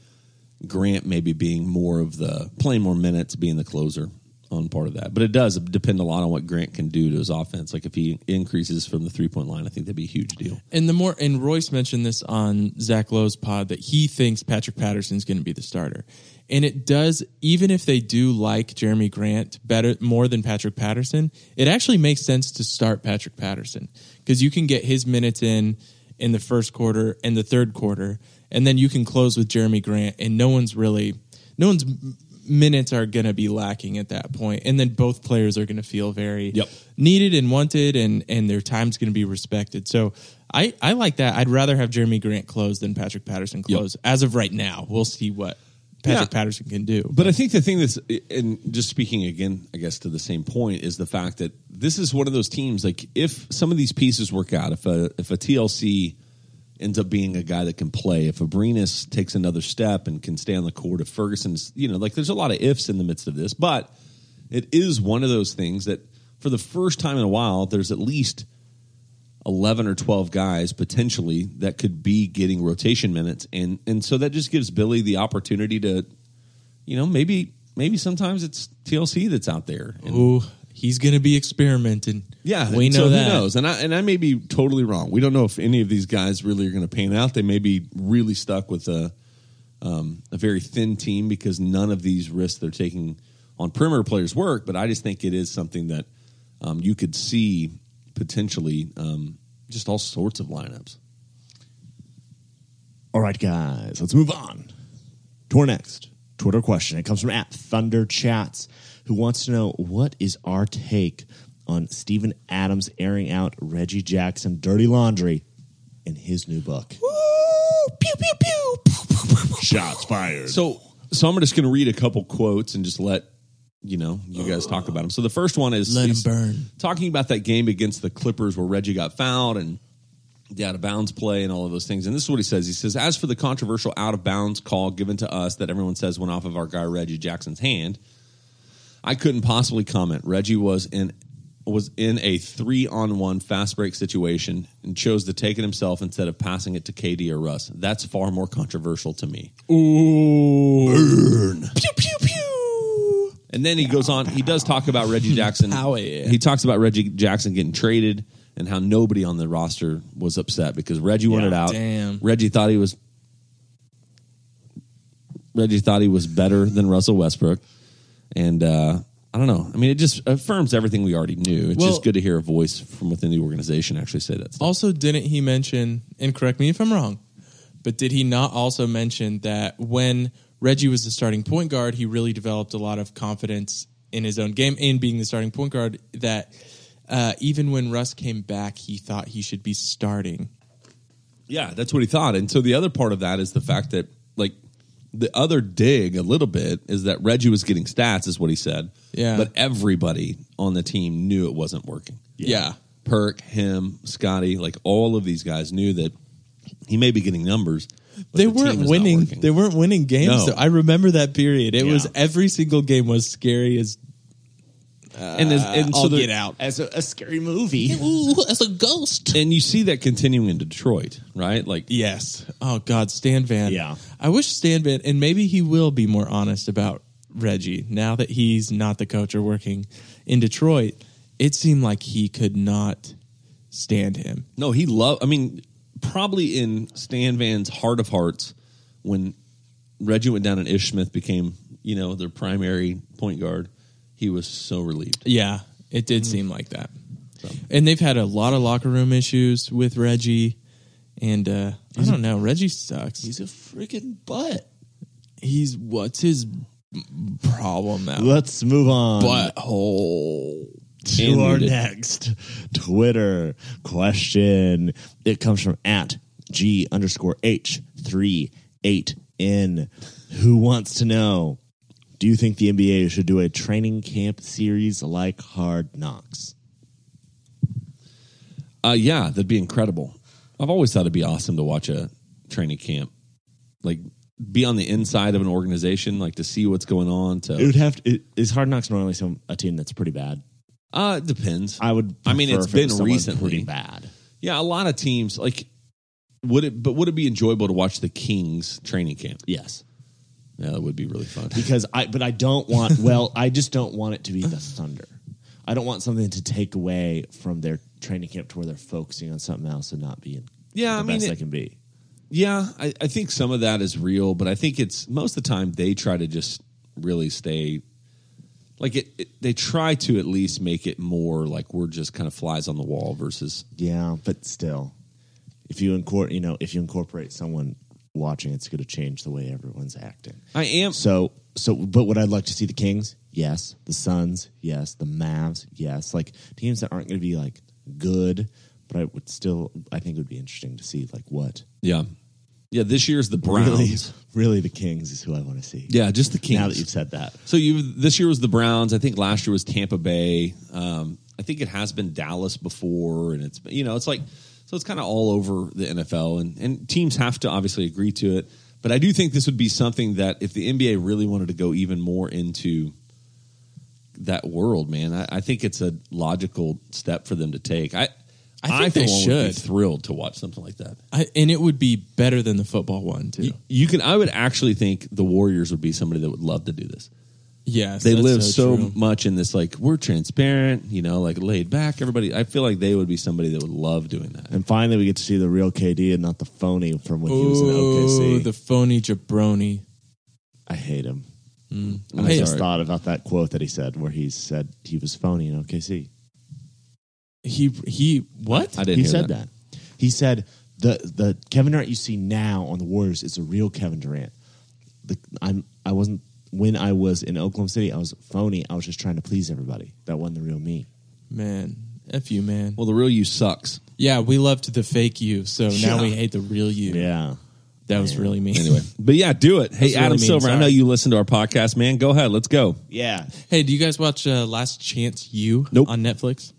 Grant maybe being more of the playing more minutes, being the closer on part of that. But it does depend a lot on what Grant can do to his offense. Like if he increases from the three point line, I think that'd be a huge deal.
And the more, and Royce mentioned this on Zach Lowe's pod that he thinks Patrick Patterson's going to be the starter. And it does, even if they do like Jeremy Grant better, more than Patrick Patterson, it actually makes sense to start Patrick Patterson because you can get his minutes in in the first quarter and the third quarter, and then you can close with Jeremy Grant, and no one's really, no one's m- minutes are going to be lacking at that point, and then both players are going to feel very
Yep.
needed and wanted, and and their time's going to be respected. So I I like that. I'd rather have Jeremy Grant close than Patrick Patterson close as of right now. We'll see what Patrick
Yeah.
Patterson can do.
But I think the thing that's, and just speaking again, I guess to the same point, is the fact that this is one of those teams. Like, if some of these pieces work out, if a if a TLC ends up being a guy that can play, if Abrinas takes another step and can stay on the court, if Ferguson's, you know, like there's a lot of ifs in the midst of this, but it is one of those things that for the first time in a while, there's at least 11 or 12 guys potentially that could be getting rotation minutes and and so that just gives Billy the opportunity to you know maybe maybe sometimes it's TLC that's out there and,
Ooh, he's going to be experimenting.
yeah
we
and
know
so
that.
who knows and I and I may be totally wrong we don't know if any of these guys really are going to pan out they may be really stuck with a um, a very thin team because none of these risks they're taking on perimeter players work but I just think it is something that um, you could see potentially um, just all sorts of lineups
All right, guys, let's move on to our next Twitter question. It comes from at Thunder Chats, who wants to know what is our take on Stephen Adams airing out Reggie Jackson dirty laundry in his new book. Shots fired.
So, so I'm just going to read a couple quotes and just let you know you guys talk about them. So the first one is
Let 'em
he's
burn.
Talking about that game against the Clippers where Reggie got fouled and the out of bounds play and all of those things. And this is what he says. He says, as for the controversial out of bounds call given to us that everyone says went off of our guy Reggie Jackson's hand, I couldn't possibly comment. Reggie was in was in a three on one fast break situation and chose to take it himself instead of passing it to KD or Russ. That's far more controversial to me.
Pew pew pew.
And then he goes on. He does talk about Reggie Jackson.
Pow, yeah.
He talks about Reggie Jackson getting traded and how nobody on the roster was upset because Reggie wanted out.
damn.
Reggie thought he was. Reggie thought he was better than Russell Westbrook, and uh, I don't know. I mean, it just affirms everything we already knew. It's
Well-
just good to hear a voice from within the organization actually say that. Stuff.
Also, didn't he mention? And correct me if I'm wrong, but did he not also mention that when Reggie was the starting point guard. He really developed a lot of confidence in his own game and being the starting point guard that uh, even when Russ came back, he thought he should be starting.
Yeah, that's what he thought. And so the other part of that is the fact that, like, the other dig a little bit is that Reggie was getting stats, is what he said.
Yeah.
But everybody on the team knew it wasn't working.
Yeah.
Perk, him, Scotty, like all of these guys knew that he may be getting numbers. but
they
the team is
weren't
not
winning.
working.
They weren't winning games.
No.
though. I remember that period. It
Yeah.
was every single game was scary as uh,
and, as- and
all
so
get
get
out.
As a, a scary movie.
Ooh, as a ghost.
And you see that continuing in Detroit, right? Like,
Yes. Oh God, Stan Van.
Yeah.
I wish Stan Van, and maybe he will be more honest about Reggie now that he's not the coach or working in Detroit. It seemed like he could not stand him.
No, he loved. I mean, probably in Stan Van's heart of hearts, when Reggie went down and Ish Smith became, you know, their primary point guard, he was so relieved.
Yeah,
Mm-hmm.
it did seem like that. And they've had a lot of locker room issues with Reggie, and uh, I don't know. Reggie sucks.
He's a freaking butt.
he's what's his problem now?
Let's move on.
Butthole.
And
to our
muted.
next Twitter question. It comes from at G underscore H three eight N. Who wants to know? Do you think the NBA should do a training camp series like Hard Knocks?
Uh, yeah, that'd be incredible. I've always thought it'd be awesome to watch a training camp, like be on the inside of an organization, like to see what's going on.
It
To
would have to, it, is Hard Knocks normally some a team that's pretty bad.
uh, it depends.
I would.
I mean,
prefer
it's
if it was
been
someone
recently.
pretty bad.
yeah, a lot of teams like would it, but would it be enjoyable to watch the Kings training camp?
Yes,
Yeah, that would be really fun.
because I but I don't
[laughs]
want well I just don't want it to be the Thunder. I don't want something to take away from their training camp to where they're focusing on something else and not being
Yeah,
the
I mean,
best
it-
they can be.
Yeah, I, I think some of that is real, but I think it's most of the time they try to just really stay like it, it. They try to at least make it more like we're just kind of flies on the wall versus
Yeah, but still, if you incor- you know if you incorporate someone watching, it's going to change the way everyone's acting.
I am.
So so but would I like to see the Kings? Yes. The Suns? Yes. The Mavs? Yes. Like teams that aren't going to be like good, but I would still I think it would be interesting to see like what
Yeah, yeah. This year's the Browns.
really really the Kings is who I want to see.
Yeah, just the Kings.
Now that you've said that.
so you this year was the Browns. I think last year was Tampa Bay. Um, I think it has been Dallas before, and it's you know it's like so it's kind of all over the NFL, and and teams have to obviously agree to it. But I do think this would be something that if the NBA really wanted to go even more into that world, man, I, I think it's a logical step for them to take. I
I think
for
they
one, would be
should.
thrilled to watch something like that.
I, and it would be better than the football one too.
You, you can. I would actually think the Warriors would be somebody that would love to do this.
yes,
they
that's
live so,
true.
much in this like we're transparent, you know, like laid back. Everybody, I feel like they would be somebody that would love doing that.
And finally we get to see the real KD and not the phony from when he was in
Ooh,
OKC.
the phony jabroni. Mm.
I hate him.
I'm
I
sorry.
just thought about that quote that he said where he said he was phony in OKC.
He he. What?
I didn't
he
hear
said
that.
that. He said the the Kevin Durant you see now on the Warriors is a real Kevin Durant. The, I'm I wasn't when I was in Oklahoma City. I was phony. I was just trying to please everybody. That wasn't the real me.
man, f you, man.
Well, the real you sucks.
yeah, we loved the fake you, so now we hate the real you.
Yeah.
that was really mean.
Anyway, but yeah, do it. Hey,
That's
Adam
really mean.
Silver, I
Sorry.
know you listen to our podcast, man. Go ahead, let's go.
Yeah.
[laughs] hey, do you guys watch uh, Last Chance You
Nope.
on Netflix?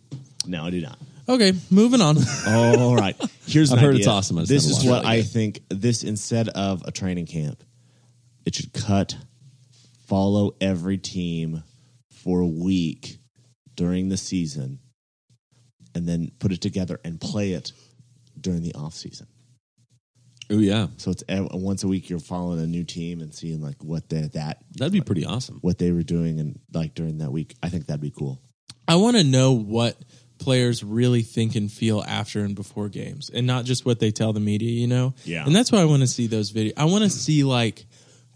No, I do not.
Okay, moving on.
All right. Here's
I've
an
heard
idea.
it's awesome. I just
This
haven't
is
watched
what
it.
I think. This instead of a training camp, it should cut. Follow every team for a week during the season, and then put it together and play it during the off season.
Oh yeah,
So it's ev- once a week you're following a new team and seeing like what they that
[laughs] that'd be pretty awesome.
what they were doing and like during that week. I think that'd be cool.
I want to know what players really think and feel after and before games and not just what they tell the media, you know?
Yeah.
And that's why I want to see those videos. I want to see like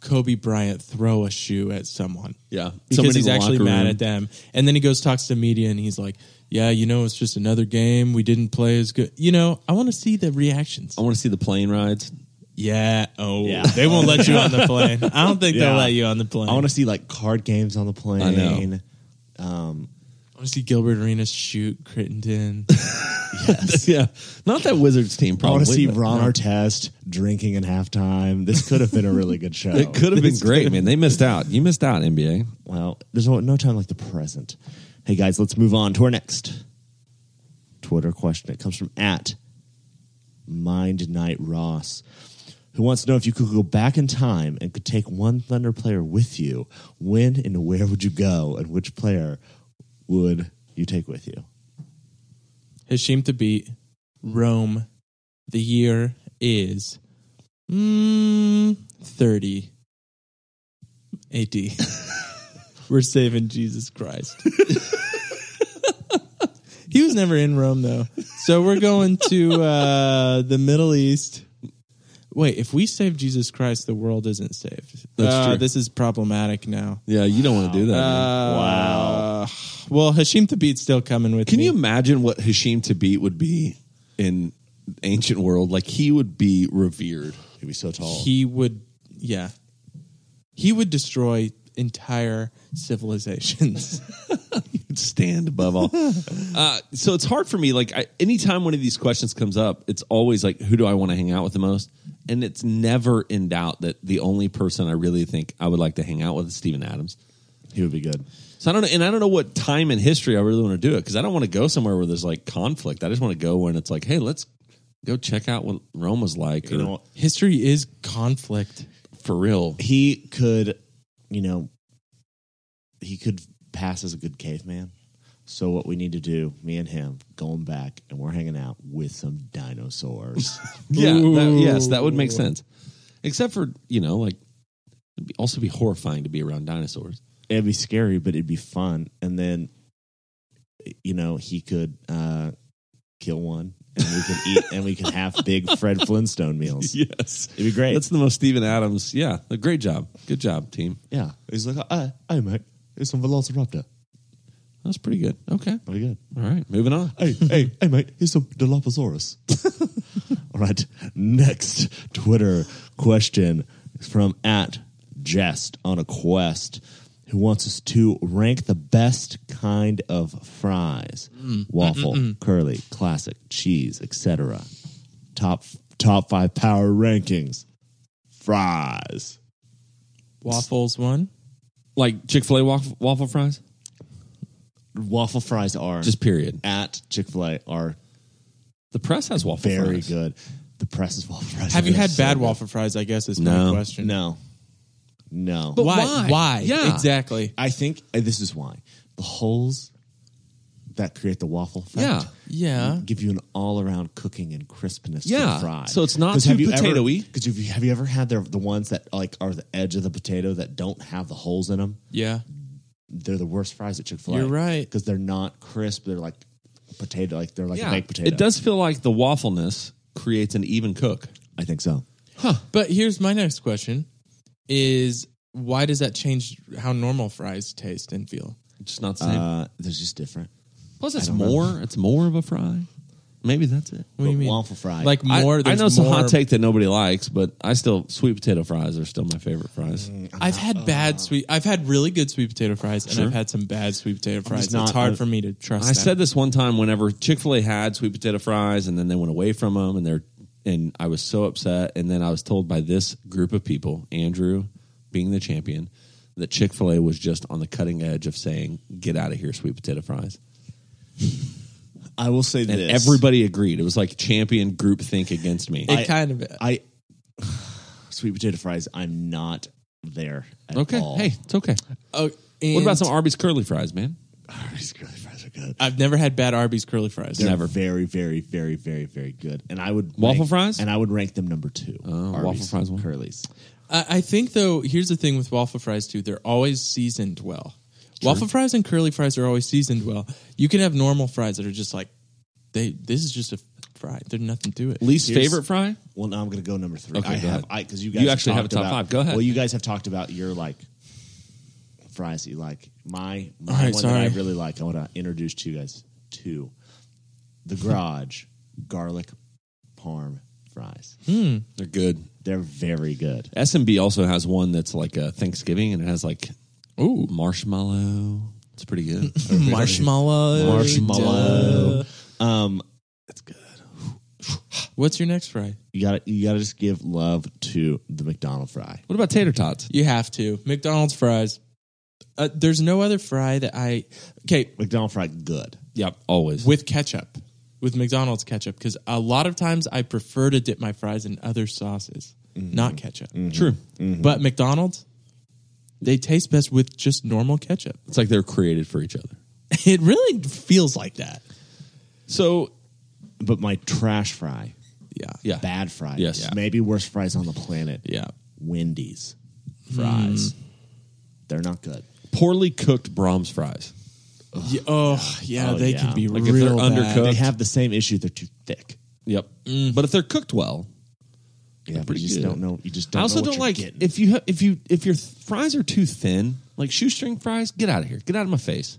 Kobe Bryant throw a shoe at someone.
Yeah,
Because
Somebody in
he's
the
actually
locker
mad
room.
at them. And then he goes talks to media and he's like, Yeah, you know, it's just another game. We didn't play as good. You know, I want to see the reactions.
I want to see the plane rides.
Yeah. Oh,
Yeah.
they won't let you on the plane. I don't
[laughs]
think
Yeah.
they'll let you on the plane.
I want to see like card games on the plane.
I know.
I wanna see Gilbert Arenas shoot Crittenden.
[laughs] yeah, not that Wizards team.
I
Probably.
want to see
but-
Ron Artest drinking at halftime. This could have been a really good show.
It could have been great, man. They missed out. You missed out, NBA.
Well, there's no, no time like the present. Hey guys, let's move on to our next Twitter question. It comes from at Mind Night Ross, who wants to know if you could go back in time and could take one Thunder player with you. When and where would you go, and which player would you take with you?
Hashim to beat Rome. The year is mm, 30
[laughs]
AD. We're saving Jesus Christ. [laughs] he was never in Rome, though. So we're going to uh, the Middle East. Wait, if we save Jesus Christ, the world isn't saved.
That's
Uh,
true.
This is problematic now.
Yeah, you don't want to do that. man.
wow. Well, Hashim Thabit's still coming with
Can
me.
you imagine what Hashim Tabit would be in ancient world? Like he would be revered.
He'd be so
Oh.
tall.
he would yeah he would destroy entire
[laughs]
civilizations
stand above all. uh, so it's hard for me. Like I, anytime one of these questions comes up, it's always like, who do I want to hang out with the most? And it's never in doubt that the only person I really think I would like to hang out with is Steven Adams.
he would be good.
So I don't know, and I don't know what time in history I really want to do it because I don't want to go somewhere where there's like conflict. I just want to go when it's like, hey, let's go check out what Rome was like.
You
or-
know,
history is conflict
for real.
he could, you know, he could pass as a good caveman. So what we need to do, me and him, going back, and we're hanging out with some [laughs] dinosaurs.
Yeah, that, yes, that would make sense. Except for you know, like it'd be, also be horrifying to be around
[laughs]
dinosaurs.
it'd be scary, but it'd be fun. And then, you know, he could uh, kill one, and we could eat, and we could [laughs] have big Fred Flintstone meals.
Yes,
It'd be great.
That's the most Steven Adams. Yeah, a great job. Good job, team.
yeah, he's like, uh, hey mate, it's some Velociraptor.
That was pretty good. Okay.
Pretty good.
All right. Moving on.
hey, hey, hey, mate, here's some Dilophosaurus. [laughs] All right, next Twitter question is from at Jest on a Quest, who wants us to rank the best kind of fries: waffle, curly, classic, cheese, etc. Top top five power rankings: fries.
waffles one
Like Chick Fil A waffle, waffle fries.
Waffle fries are
Just period.
at Chick Fil A are
The press has waffle
very
fries.
good. The press's waffle fries.
have
are
you had
so
bad
good.
waffle fries i guess is
No.
my question
No, no.
But
why
why?
why,
Yeah.
exactly
I think and this is why the holes that create the waffle
Yeah.
effect
yeah
give you an all-around cooking and crispness to
Yeah.
the fry.
So it's not
'Cause
too
have you ever-
potato-y.
'cause have you- have you ever had the, the ones that like are the edge of the potato that don't have the holes in them?
yeah
They're the worst fries at Chick Fil A.
You're right.
because they're not crisp. They're like potato, like they're like a
Yeah.
baked potato.
It does feel like the waffleness creates an even cook.
I think so.
but here's my next question is why does that change how normal fries taste and feel
It's just not the same.
Uh, they're just different.
Plus, it's
don't know.
more. It's more of a fry. Maybe that's it.
what do you
But
mean
Waffle fry,
like
I-
more
I,
there's
know it's a
more-
hot take that nobody likes, but I still sweet potato fries are still my favorite fries.
Mm.
I've had bad sweet. I've had really good sweet potato fries, and I've had some bad sweet potato fries.
not-
it's hard
I-
for me to trust.
I
that.
said this one time whenever Chick Fil A had sweet potato fries, and then they went away from them, and they're and I was so upset. And then I was told by this group of people, Andrew being the champion, that Chick Fil A was just on the cutting edge of saying, "Get out of here, sweet potato fries."
I will say
And
this:
everybody agreed. It was like champion group think against me.
It
I-
kind of.
I [sighs] sweet potato fries. I'm not there. At
okay,
all. [laughs]
hey, it's okay.
oh,
What about
and-
some Arby's curly fries, man?
Arby's curly fries are good.
I've never had bad Arby's curly fries.
They're very, very, very, very, very good. And I would
Waffle
rank-
fries?
and I would rank them number two. Oh,
waffle fries one.
curlies.
I, I think though, here's the thing with waffle fries too. They're always seasoned well. Waffle fries and curly fries are always seasoned well. You can have normal fries that are just like they. This is just a fry. There's nothing to it.
Least
Here's-
favorite fry?
Well, now I'm going to go number three.
Okay,
I have
go ahead.
I because you
You
guys
actually have
talked
a top
about-
five. Go ahead.
Well, you guys have talked about your like fries that you like. My my
All right,
one
sorry.
that I really like. I want to introduce to you guys two the garage garlic parm fries.
Hmm. They're good.
They're very good.
SMB also has one that's like a Thanksgiving and it has like
Ooh.
marshmallow. It's pretty good.
Marshmallow.
Marshmallow. Um,
What's your next fry?
you gotta you gotta just give love to the McDonald fry.
what about tater tots?
You have to. McDonald's fries. Uh, there's no other fry that I. Okay,
McDonald fry, good.
Yep, always.
with ketchup, with McDonald's ketchup, because a lot of times I prefer to dip my fries in other sauces,
Mm-hmm.
not ketchup.
True.
But McDonald's, they taste best with just normal ketchup.
It's like they're created for each other.
[laughs] It really feels like that.
So
But my trash fry,
Yeah.
yeah,
bad fry,
Yes. Yeah.
maybe worst fries on the planet.
Yeah.
Wendy's
Hmm.
fries, they're not good.
poorly cooked Brahms fries.
Yeah, oh, yeah,
Oh,
they
yeah.
can be
Like if
real
they're
bad.
undercooked.
They have the same issue; they're too thick.
Yep. Mm. But if they're cooked well,
Yeah, but
pretty
you just
good.
don't know. You just don't.
I also
know what
don't
you're
like
getting.
if you ha- if you if your th- fries are too thin, like shoestring fries. Get out of here. Get out of my face.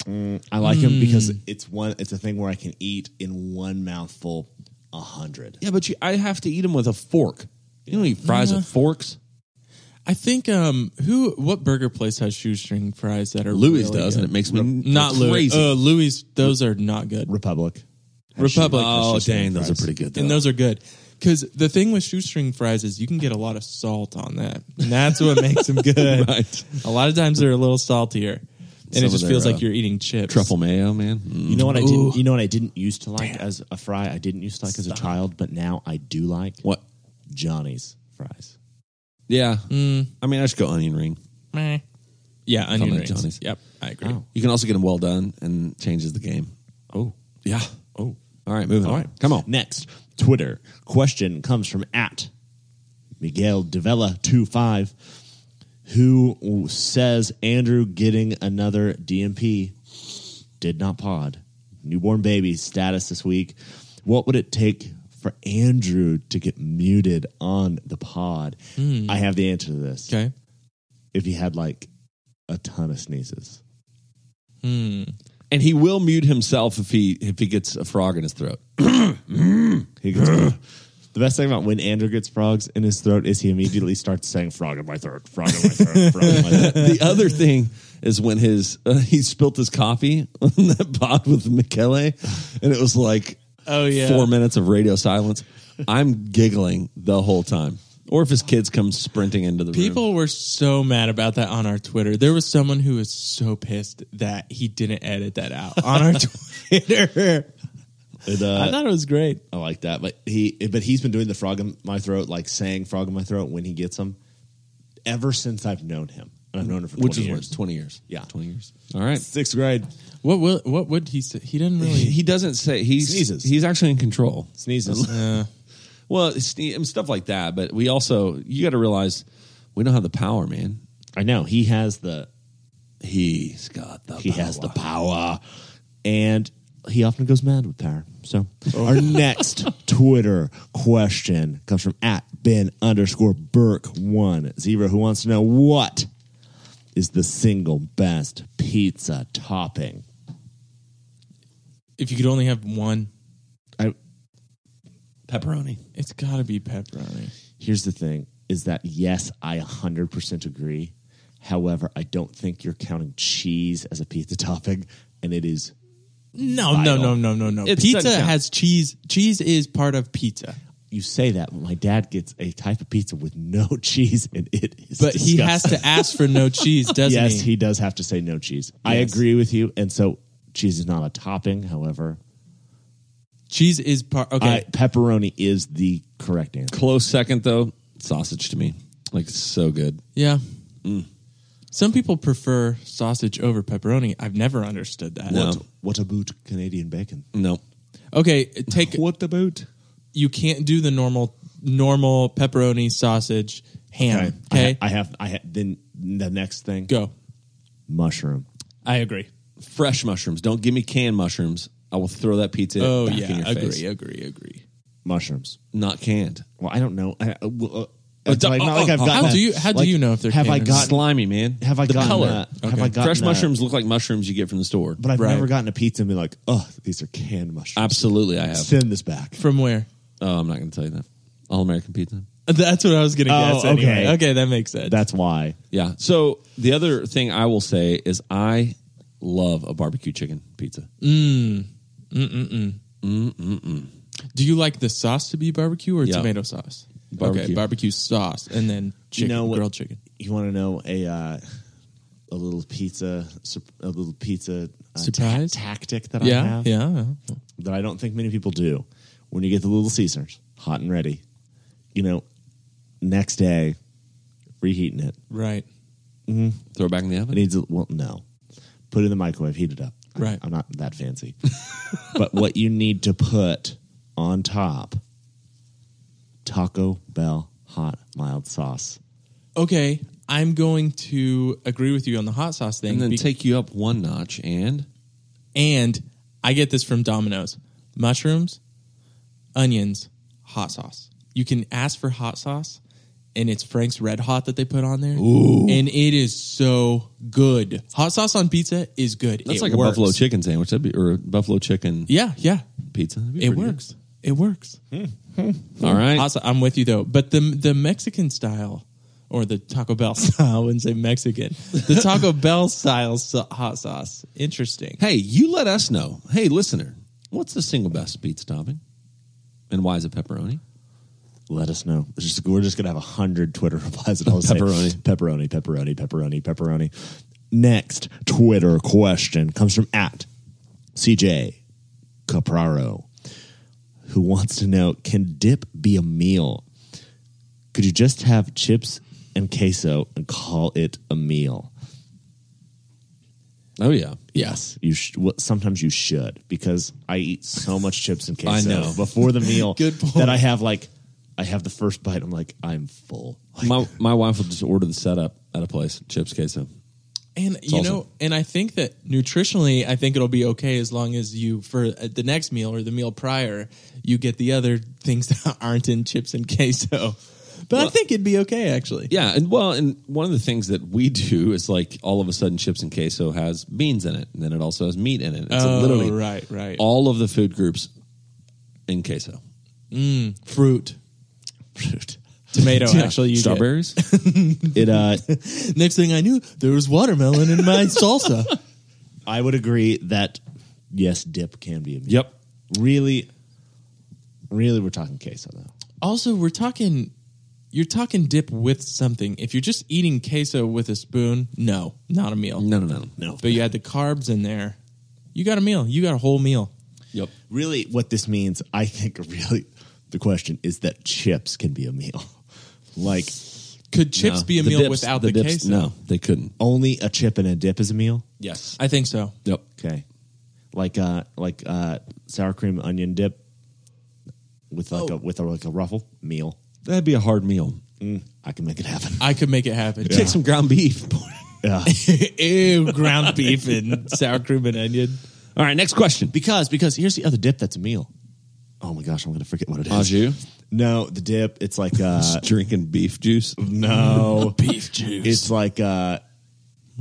I like them because
Mm.
it's one. It's a thing where I can eat in one mouthful a hundred.
Yeah, but you, I have to eat them with a fork. You don't eat fries with forks.
I think um who what burger place has shoestring fries that are
Louis
really
does, and
good?
it makes me
not Louis.
crazy.
Uh, Louis, those are not good.
Republic.
Republic.
oh dang, those are pretty good. Though.
and those are good because the thing with shoestring fries is you can get a lot of salt on that, and that's what makes
[laughs]
them good.
Right.
A lot of times they're a little saltier, and
Some
it
of
just
their,
feels
uh,
like you're eating chips.
truffle mayo, man. Mm.
You know what I didn't. You know what I didn't used to like as a fry. I didn't used to like as a child, but now I do like
What?
Johnny's fries.
Yeah.
Mm,
I mean, I just go onion ring.
meh. Yeah, onion
like
rings.
Johnny's. Oh.
Yep, I agree.
You can also get them well done, and changes the game.
Oh,
Yeah. Oh. All right, moving
all
on.
right.
Come on.
Next Twitter question comes from at Miguel Devella two five, who says Andrew getting another DMP did not pod newborn baby status this week. What would it take? For Andrew to get muted on the pod, I have the answer to this.
Okay.
if he had like a ton of sneezes.
And he will mute himself if he if he gets a frog in his throat. [laughs]
He
[gasps]
gets the best thing about when Andrew gets frogs in his throat is he immediately starts saying "frog in my throat, frog in my throat, frog in my
[laughs]
throat."
the other thing is when his uh, he spilt his coffee on [laughs] that pod with Michele, and it was like
Oh, yeah.
four minutes of radio silence. I'm giggling the whole time. Or if his kids come sprinting into the room.
People were so mad about that on our Twitter. There was someone who was so pissed that he didn't edit that out
[laughs]
on our Twitter.
And, uh,
I thought it was great.
I like that, but he but he's been doing the frog in my throat, like saying "frog in my throat" when he gets them, ever since I've known him, and I've known him for
which
20
is
years.
what, twenty years.
Yeah.
twenty years. All right.
sixth grade
What will, what would he say? He didn't really.
He doesn't say he's
Sneezes.
he's actually in control. [laughs]
sneezes.
Uh,
Well, it's- and stuff like that. But we also you got to realize we don't have the power, man.
I know he has the
He's got the
he has the power and he often goes mad with power so
Oh.
our
[laughs]
next twitter question comes from at ben underscore burke one zero who wants to know what is the single best pizza topping
if you could only have one,
I,
pepperoni.
it's got to be pepperoni.
here's the thing is that yes i 100% agree however i don't think you're counting cheese as a pizza topping and it is
No,
Vital.
no, no, no, no, no.
It
pizza
doesn't count.
has cheese. Cheese is part of pizza,
you say that but my dad gets a type of pizza with no [laughs] cheese and it is
but he has
disgusting.
to ask
[laughs]
for no cheese, doesn't
yes,
he?
he does have to say no cheese. I
Yes.
agree with you. And so cheese is not a topping. However,
Cheese is part. Okay,
I- pepperoni is the correct answer.
Close second though, sausage to me. Like it's so good.
yeah.
Mm.
Some people prefer sausage over pepperoni. I've never understood that.
No.
What, what about Canadian bacon?
No.
Okay, take
What about
you can't do the normal normal pepperoni sausage
okay?
ham.
I,
Okay,
ha- I have. I ha- then the next thing.
go.
Mushroom.
I agree.
Fresh mushrooms. Don't give me canned mushrooms. I will throw that pizza
Oh
back in
yeah,
your
agree,
face.
agree, agree.
Mushrooms.
not canned.
Well, I don't know. I, uh, well, uh,
But
it's
the-
like, not
oh,
like I've
oh,
gotten
how
a-
do you- how do
like,
you know if they're
have I
canned or not?
gotten
Slimy, man.
have I
the
gotten
color?
a- have I gotten
fresh
a-
mushrooms look like mushrooms you get from the store?
But I've
Right.
never gotten a pizza and been like, oh, these are canned mushrooms.
Absolutely, I have.
Send this back.
From where? [laughs]
Oh, I'm not going to tell you that. All American pizza.
That's what I was going to
Oh,
guess. Anyway.
okay.
Okay. that makes sense.
That's why.
Yeah. So the other thing I will say is I love a barbecue chicken pizza.
Do you like the sauce to be barbecue or
Yeah.
tomato sauce? Okay,
Barbecue.
barbecue sauce and then chicken,
you know what?
grilled chicken.
You want to know a uh, a little pizza sup- a little pizza uh,
Surprise?
ta- tactic that I
Yeah,
have
yeah.
that I don't think many people do. When you get the little Caesars hot and ready, you know, next day reheating it.
Right.
Throw it back in the
It
oven.
needs a, well, no. Put it in the microwave, heat it up. I-
Right.
I'm not that fancy. [laughs] but what you need to put on top Taco Bell hot mild sauce.
Okay, I'm going to agree with you on the hot sauce thing.
And then
be-
take you up one notch and
and I get this from Domino's. Mushrooms, onions, hot sauce. You can ask for hot sauce, and it's Frank's Red Hot that they put on there, and it is so good. Hot sauce on pizza is good.
that's
It
like a
works.
buffalo chicken sandwich. That'd be or a buffalo chicken
Yeah, yeah,
pizza. That'd be
it
pretty good.
works. It works.
All right.
Hot sau- I'm with you though, but the the Mexican style. Or the Taco Bell [laughs] style. I wouldn't say Mexican. The
[laughs]
Taco Bell style sa- hot sauce. Interesting.
Hey, you let us know. Hey, listener, what's the single best pizza topping? And why is it pepperoni?
Let us know. It's just- we're just gonna have a hundred Twitter [laughs] replies that all say
Pepperoni.
pepperoni, pepperoni, pepperoni, pepperoni. Next Twitter question comes from at CJ Capraro, who wants to know: Can dip be a meal? Could you just have chips and queso and call it a meal?
Oh yeah.
Yes, you. Sh- well, sometimes you should because I eat so much chips and queso
[laughs] I know.
before the
[laughs]
meal
Good point.
that I have like I have the first bite. I'm like I'm full.
My my wife will just order the setup at a place, chips, queso.
And you
awesome.
know, and I think that nutritionally, I think it'll be okay as long as you for uh, the next meal or the meal prior, you get the other things [laughs] that aren't in chips and queso. But I think it'd be okay actually.
Yeah, and well, and one of the things that we do is like all of a sudden chips and queso has beans in it, and then it also has meat in it. It's
Oh,
literally
right, right.
all of the food groups in queso.
Fruit,
Fruit.
tomato.
[laughs]
Actually, you did.
strawberries.
It [laughs] uh,
Next thing I knew, there was watermelon in
[laughs]
my salsa.
I would agree that yes, dip can be a meal.
yep.
Really, really, we're talking queso though.
Also, we're talking. You're talking dip with something. If you're just eating queso with a spoon, no, not a meal.
No, no, no,
No,
But you had the carbs in there. You got a meal. You got a whole meal.
Yep.
really, what this means, I think, really, the question is that chips can be a meal. [laughs] Like
Could chips
No.
be a
The
meal
dips-
without the,
dips,
queso?
No, they couldn't.
only a chip and a dip is a meal.
Yes.
I think so.
Yep.
Okay. Like uh like uh sour cream onion dip with like a with a like a ruffle meal.
That'd be a hard meal.
I can make it happen.
I could make it happen.
Take some ground beef. [laughs]
Yeah.
[laughs] Ew, ground beef and sour cream and onion.
All right, next question.
because because here's the other dip that's a meal. Oh my gosh, I'm gonna forget what it is.
Au jus?
No, the dip, it's like
[laughs]
uh
Drinking beef juice.
no
Beef juice.
it's like uh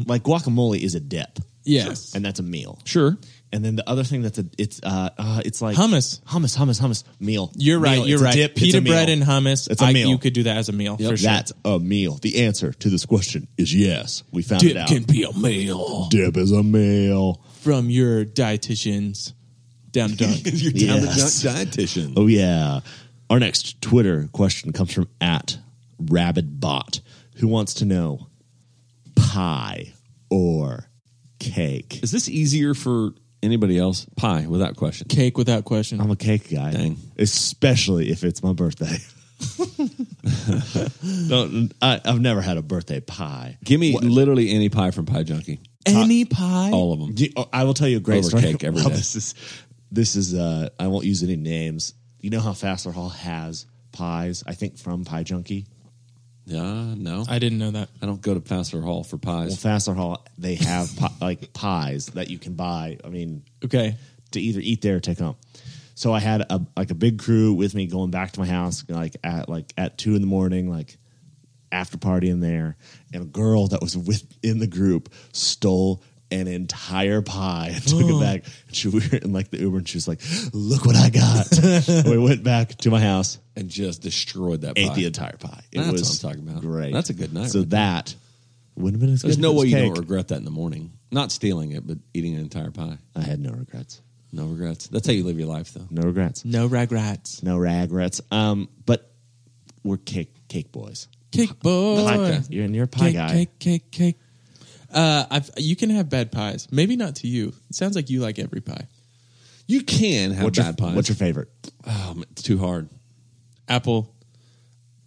like guacamole is a dip.
yes.
And that's a meal.
Sure.
And then the other thing that's a it's uh, uh it's like
Hummus.
Hummus, hummus, hummus, meal.
You're right.
Meal.
You're
It's a
right.
dip, it's
Pita
a meal.
bread and hummus.
It's a
I-
meal.
You could do that as a meal for sure.
That's a meal. The answer to this question is yes. We found it
dip
out.
can be a meal
dip is a meal.
from your dietitians
[laughs]
down dunk.
Yes.
dietitian.
Oh yeah. Our next Twitter question comes from at rabidbot, who wants to know pie or cake.
Is this easier for anybody else? Pie, without question.
Cake without question.
I'm a cake guy,
Dang.
especially if it's my birthday.
[laughs]
Don't- I, have never had a birthday pie.
Give me literally any pie from Pie Junkie.
Any pie.
All of them.
Do you- oh, I will tell you a great
Over
story.
cake every
[laughs] Well,
day.
This is this is uh, I won't use any names. You know how Fassler Hall has pies? I think from Pie Junkie.
Yeah, no. I,
I didn't know that.
don't go to Pastor Hall for
Well,
pies.
Fassler Hall they have pi- [laughs] like pies that you can buy. I mean,
Okay.
to either eat there or take home. So I had a like a big crew with me going back to my house like at like at two in the morning, like after party in there, and a girl that was with in the group stole an entire pie and took
[gasps]
it back. And she [laughs] we were in like the Uber and she was like, "Look what I
[laughs]
got." we went back to my house,
and just destroyed that
ate
pie.
the entire pie. It
That's
was
what I'm talking about.
Great.
That's a good night
So
right
that would have been as
There's
good
no
as
way you
cake.
don't regret that in the morning. Not stealing it, but eating an entire pie.
I had no regrets.
No regrets. That's how you live your life, though.
No regrets.
No regrets.
No regrets. Um, but we're cake cake boys.
Cake boy.
Pie guy. You're and you're a pie
cake,
guy.
cake, cake, cake. Uh, I've, you can have bad pies. Maybe not to you. It sounds like you like every pie.
You can have
What's your,
bad pies.
what's your favorite?
Oh, man, it's too hard.
Apple,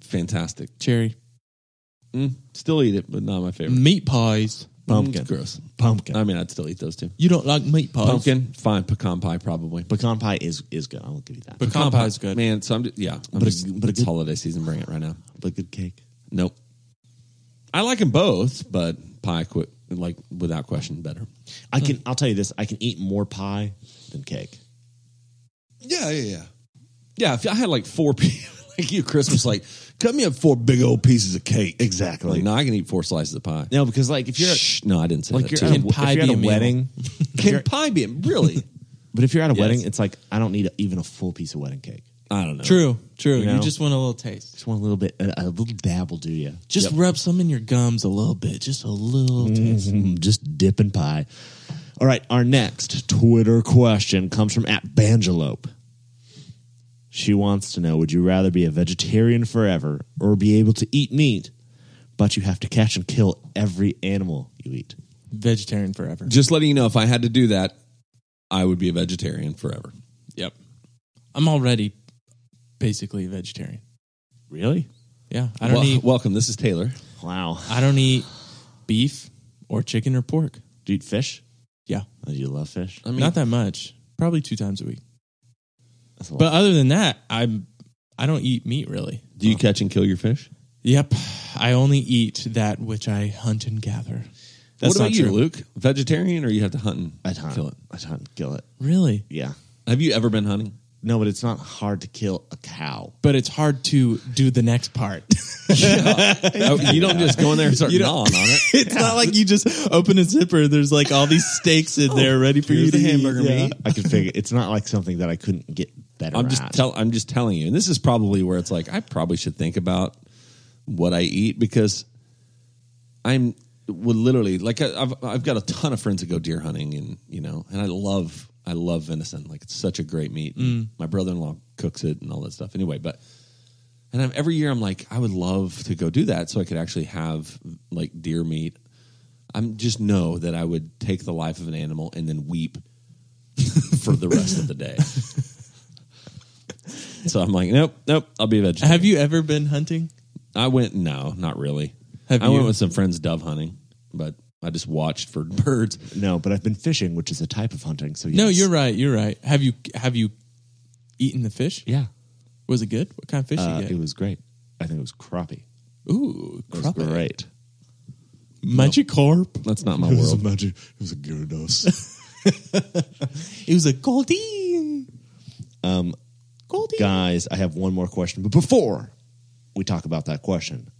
Fantastic.
cherry,
Mm, still eat it, but not my favorite.
meat pies.
Pumpkin.
It's gross.
Pumpkin.
I mean, I'd still eat those too.
You don't like meat pies.
Pumpkin, fine. Pecan pie, probably.
Pecan pie is is good. I will give you that.
Pecan pie is good.
Man, so I'm just, yeah. I'm
But a-
just,
but a
it's
good-
holiday season. Bring it right now.
But good cake.
Nope. I like them both, but pie, quit, like without question, better.
I can. I'll tell you this. I can eat more pie than cake.
Yeah, yeah, yeah. Yeah, if I had like four [laughs] people, like you, Christmas, like, cut me up four big old pieces of cake.
Exactly.
Like, no, I can eat four slices of pie.
No, because like if you're
Shh, no, I didn't say
like
that.
you're
to
at a,
you.
if
pie
you're at a
be a meal?
wedding,
[laughs] Can pie be really?
but if you're at a
Yes.
wedding, it's like I don't need a, even a full piece of wedding cake.
I don't know.
True, true. You,
know?
just want a little taste.
Just want a little bit, a, a little dab will do you.
Just rub some in your gums a little bit. Just a little taste.
Mm, just dipping pie. All right, our next Twitter question comes from at Bangelope. She wants to know: Would you rather be a vegetarian forever or be able to eat meat, but you have to catch and kill every animal you eat?
Vegetarian forever.
[laughs] Just letting you know, if I had to do that, I would be a vegetarian forever.
Yep. I'm already basically a vegetarian.
Really?
Yeah. I don't
Wel-
eat
Welcome. This is Taylor.
Wow.
I don't eat beef or chicken or pork.
Do you eat fish?
Yeah.
Oh, you love fish?
I mean,
Not that much. Probably two times a week.
That's a lot.
But other than that, I'm I don't eat meat really.
do you catch and kill your fish?
Yep. I only eat that which I hunt and gather.
what about you, Luke? Vegetarian or you have to hunt and
I'd hunt.
kill it?
I'd hunt and kill it.
Really?
Yeah.
Have you ever been
[laughs]
hunting?
No, but it's not hard to kill a cow.
But it's hard to do the next part. [laughs]
Oh, you don't just go in there and start gnawing on it.
[laughs] it's not like you just open a zipper. There's like all these steaks in there ready for you to
the
eat.
Oh, hamburger
Yeah.
meat.
I could figure it's not like something that I couldn't get better
I'm just
at.
tell I'm just telling you, and this is probably where it's like I probably should think about what I eat because I'm would literally like I, I've I've got a ton of friends that go deer hunting and you know and I love I love venison like it's such a great meat. My brother in law cooks it and all that stuff anyway, but and I'm, every year I'm like I would love to go do that so I could actually have like deer meat. I'm just know that I would take the life of an animal and then weep [laughs] for the rest of the day. So I'm like, nope, nope, I'll be a vegetarian.
Have you ever been hunting?
I went, no, not really.
Have
I
you?
went with some friends dove hunting, but I just watched for [laughs] birds.
no, but I've been fishing, which is a type of hunting. So yes.
No, you're right. You're right. Have you have you eaten the fish?
Yeah.
Was it good? What kind of fish
Uh,
you
it
get?
was great. I think it was crappie.
Ooh,
It was
crappie.
great.
Magikarp.
That's not my world.
magic. It was a gyarados.
It was a Goldeen.
um,
Goldeen.
guys, I have one more question, but before we talk about that question,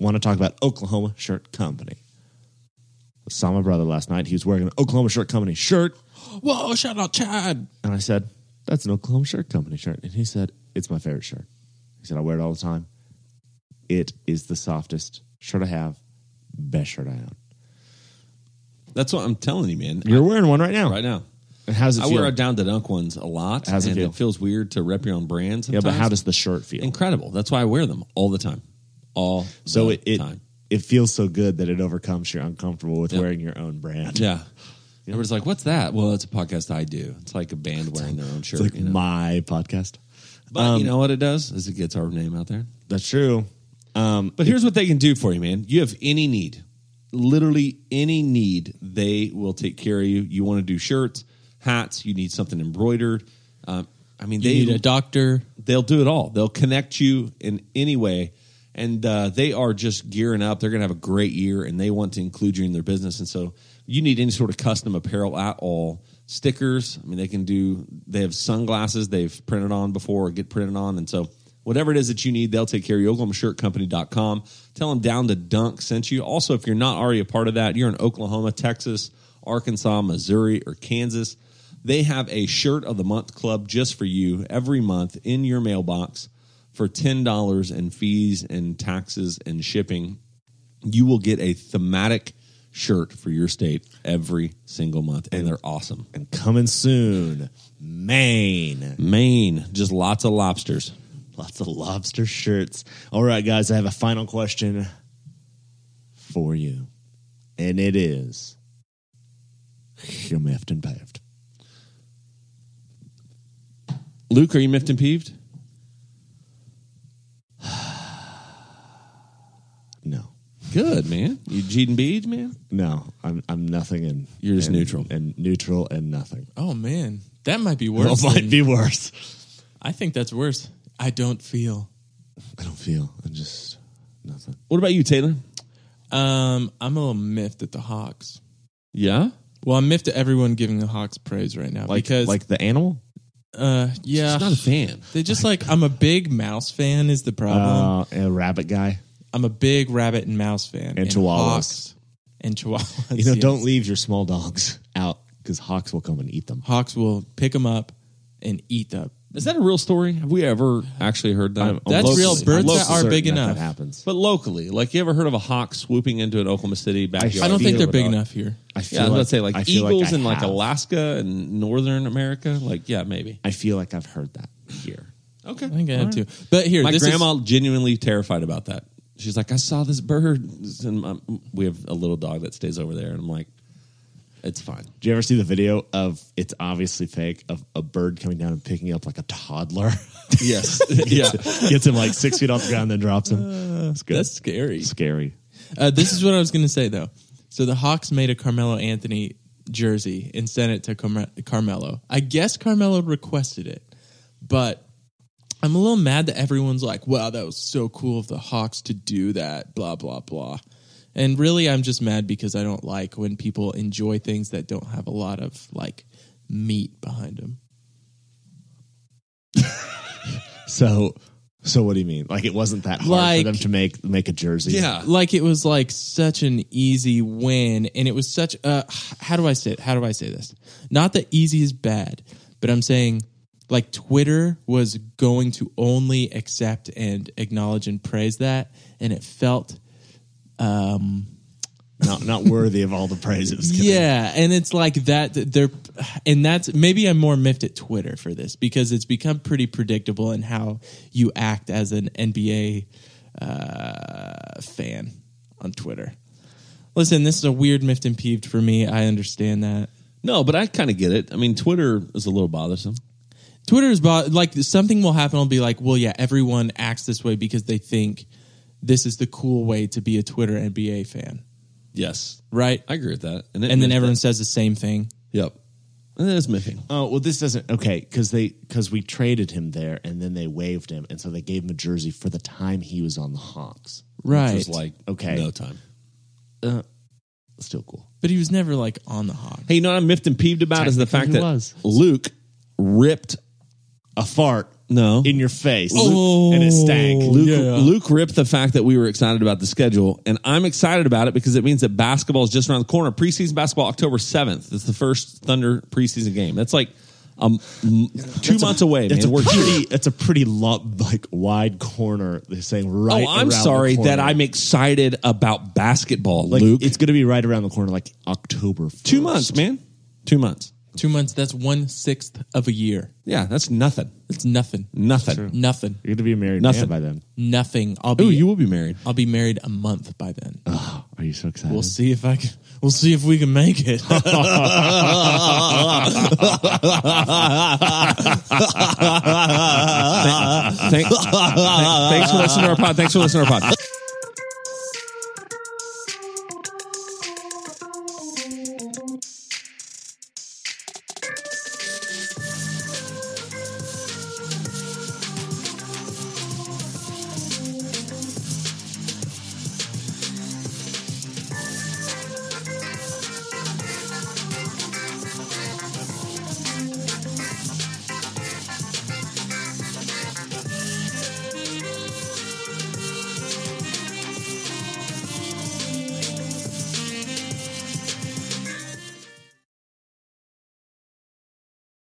want to talk about Oklahoma Shirt Company. I saw my brother last night. He was wearing an Oklahoma Shirt Company shirt.
Whoa, shout out Chad.
And I said, That's an Oklahoma Shirt Company shirt. And he said, It's my favorite shirt. He said, I wear it all the time. It is the softest shirt I have, best shirt I own.
That's what I'm telling you, man.
You're wearing one right now.
Right now.
And how does it
I
feel?
wear our down to dunk ones a lot.
How's it
and
feel?
it feels weird to rep your own brand
yeah,
sometimes.
but how does the shirt feel?
incredible. That's why I wear them all the time. All
so
the
it, it,
time.
it feels so good that it overcomes your uncomfortable with
Yeah.
wearing your own brand.
Yeah. Everybody's like, what's that? Well, it's a podcast I do. It's like a band wearing their own shirt.
It's like
you know?
my podcast.
but you know what it does? Is it gets our name out there.
That's true. Um,
But here's what they can do for you, man. You have any need, literally any need, they will take care of you. You want to do shirts, hats, you need something embroidered. Um, I mean,
You
they
need a doctor.
they'll do it all. They'll connect you in any way. And uh, they are just gearing up. They're going to have a great year and they want to include you in their business. And so you need any sort of custom apparel at all. Stickers, I mean, they can do, they have sunglasses they've printed on before or get printed on. And so whatever it is that you need, they'll take care of you. OklahomaShirtCompany.com. Tell them down to Dunk sent you. Also, if you're not already a part of that, you're in Oklahoma, Texas, Arkansas, Missouri, or Kansas, they have a shirt of the month club just for you every month in your mailbox for $10 in fees and taxes and shipping. You will get a thematic shirt for your state every single month, and they're awesome.
And coming soon, Maine.
Maine, just lots of lobsters.
Lots of lobster shirts. All right, guys, I have a final question for you. And it is You're miffed and paved.
Luke, are you miffed and peeved?
No.
Good, man. You G'd and B'd, man?
No, I'm I'm nothing and
You're just
and-
neutral.
And neutral and nothing.
Oh man, that might be
Well,
worse.
it [laughs] might
than-
be worse.
I think that's worse. I don't feel.
I don't feel. I'm just nothing.
What about you, Taylor?
Um, I'm a little miffed at the Hawks.
Yeah?
Well, I'm miffed at everyone giving the Hawks praise right now
Like
because,
like the animal?
uh, yeah,
Just not a fan.
they just like I'm a big mouse fan is the problem.
Uh, a rabbit guy.
I'm a big rabbit and mouse fan
And chihuahuas.
Hawks and chihuahuas.
[laughs] You know,
yes.
don't leave your small dogs out because hawks will come and eat them.
Hawks will pick them up and eat them.
Is that a real story? Have we ever actually heard that?
I'm- I'm
That's
locally.
real.
I'm
Birds
locally
that are
certain
big
that
enough.
That happens.
But locally, like you ever heard of a hawk swooping into an Oklahoma City backyard?
I don't think
feel
they're
it
big
up.
enough here.
I
Yeah, I was
feel
about to say like
I feel
eagles
I
in like
have.
Alaska and northern America. Like, yeah, maybe.
I feel like I've heard that here.
Okay,
I think I have too. But here,
My
this is-
grandma genuinely terrified about that. She's like, I saw this bird, and my, we have a little dog that stays over there, and I'm like, it's fine.
Do you ever see the video of it's obviously fake of a bird coming down and picking up like a toddler?
[laughs]
[laughs]
Yes, yeah,
Gets him like six feet off the ground, then drops him. It's good.
that's scary.
scary.
Uh, this is what I was going to say though. So the Hawks made a Carmelo Anthony jersey and sent it to Carme- Carmelo. I guess Carmelo requested it, but I'm a little mad that everyone's like, "Wow, that was so cool of the Hawks to do that." Blah blah blah. And really, I'm just mad because I don't like when people enjoy things that don't have a lot of like meat behind them.
So, so what do you mean? Like it wasn't that hard
Like-
for them to make make a jersey?
yeah.
like it was like such an easy win and it was such a how do i say it how do i say this not that easy is bad but i'm saying like twitter was going to only accept and acknowledge and praise that and it felt
not not worthy of all the praises.
yeah and it's like that they're and that's maybe i'm more miffed at twitter for this because it's become pretty predictable in how you act as an nba uh, fan on twitter listen this is a weird miffed and peeved for me i understand that
[laughs] No, but I kind of get it. I mean, Twitter is a little bothersome.
Twitter is bo- like something will happen. I'll be like, well, yeah, everyone acts this way because they think this is the cool way to be a Twitter NBA fan,
Yes,
right?
I agree with that. it
and then
miffed
everyone
it.
says the same thing.
yep, and it's miffing.
Oh well, this doesn't okay because they because we traded him there and then they waived him and so they gave him a jersey for the time he was on the Hawks.
Right. Uh,
Just like
Okay.
no time.
Still cool.
but he was never like on the hawk.
Hey, you know what I'm miffed and peeved about is the fact
Technically
that
he was.
Luke ripped
A fart
no
in your face
Oh.
and it stank.
Luke
yeah.
Luke ripped the fact that we were excited about the schedule, and I'm excited about it because it means that basketball is just around the corner. Preseason basketball, October 7th. It's the first Thunder preseason game. That's like um, m- two months away.
That's
man.
a
We're huge.
pretty. That's a pretty lot like wide corner. They're saying right.
oh, I'm
around the
sorry that
corner.
I'm excited about basketball,
like
Luke.
it's going to be right around the corner, like October. 1st.
two months, man. Two months.
Two months, that's one sixth of a year.
Yeah, that's nothing.
It's nothing.
Nothing.
Nothing.
You're going to be a married man
Nothing.
by then.
Nothing. I'll be
Ooh, you Uh-huh. will be married.
I'll be married a month by then.
Are you so excited?
We'll see if I can we'll see if we can make
[laughs]
it.
[laughs] Thank- thank- thanks for listening to our pod. Thanks for listening to our pod.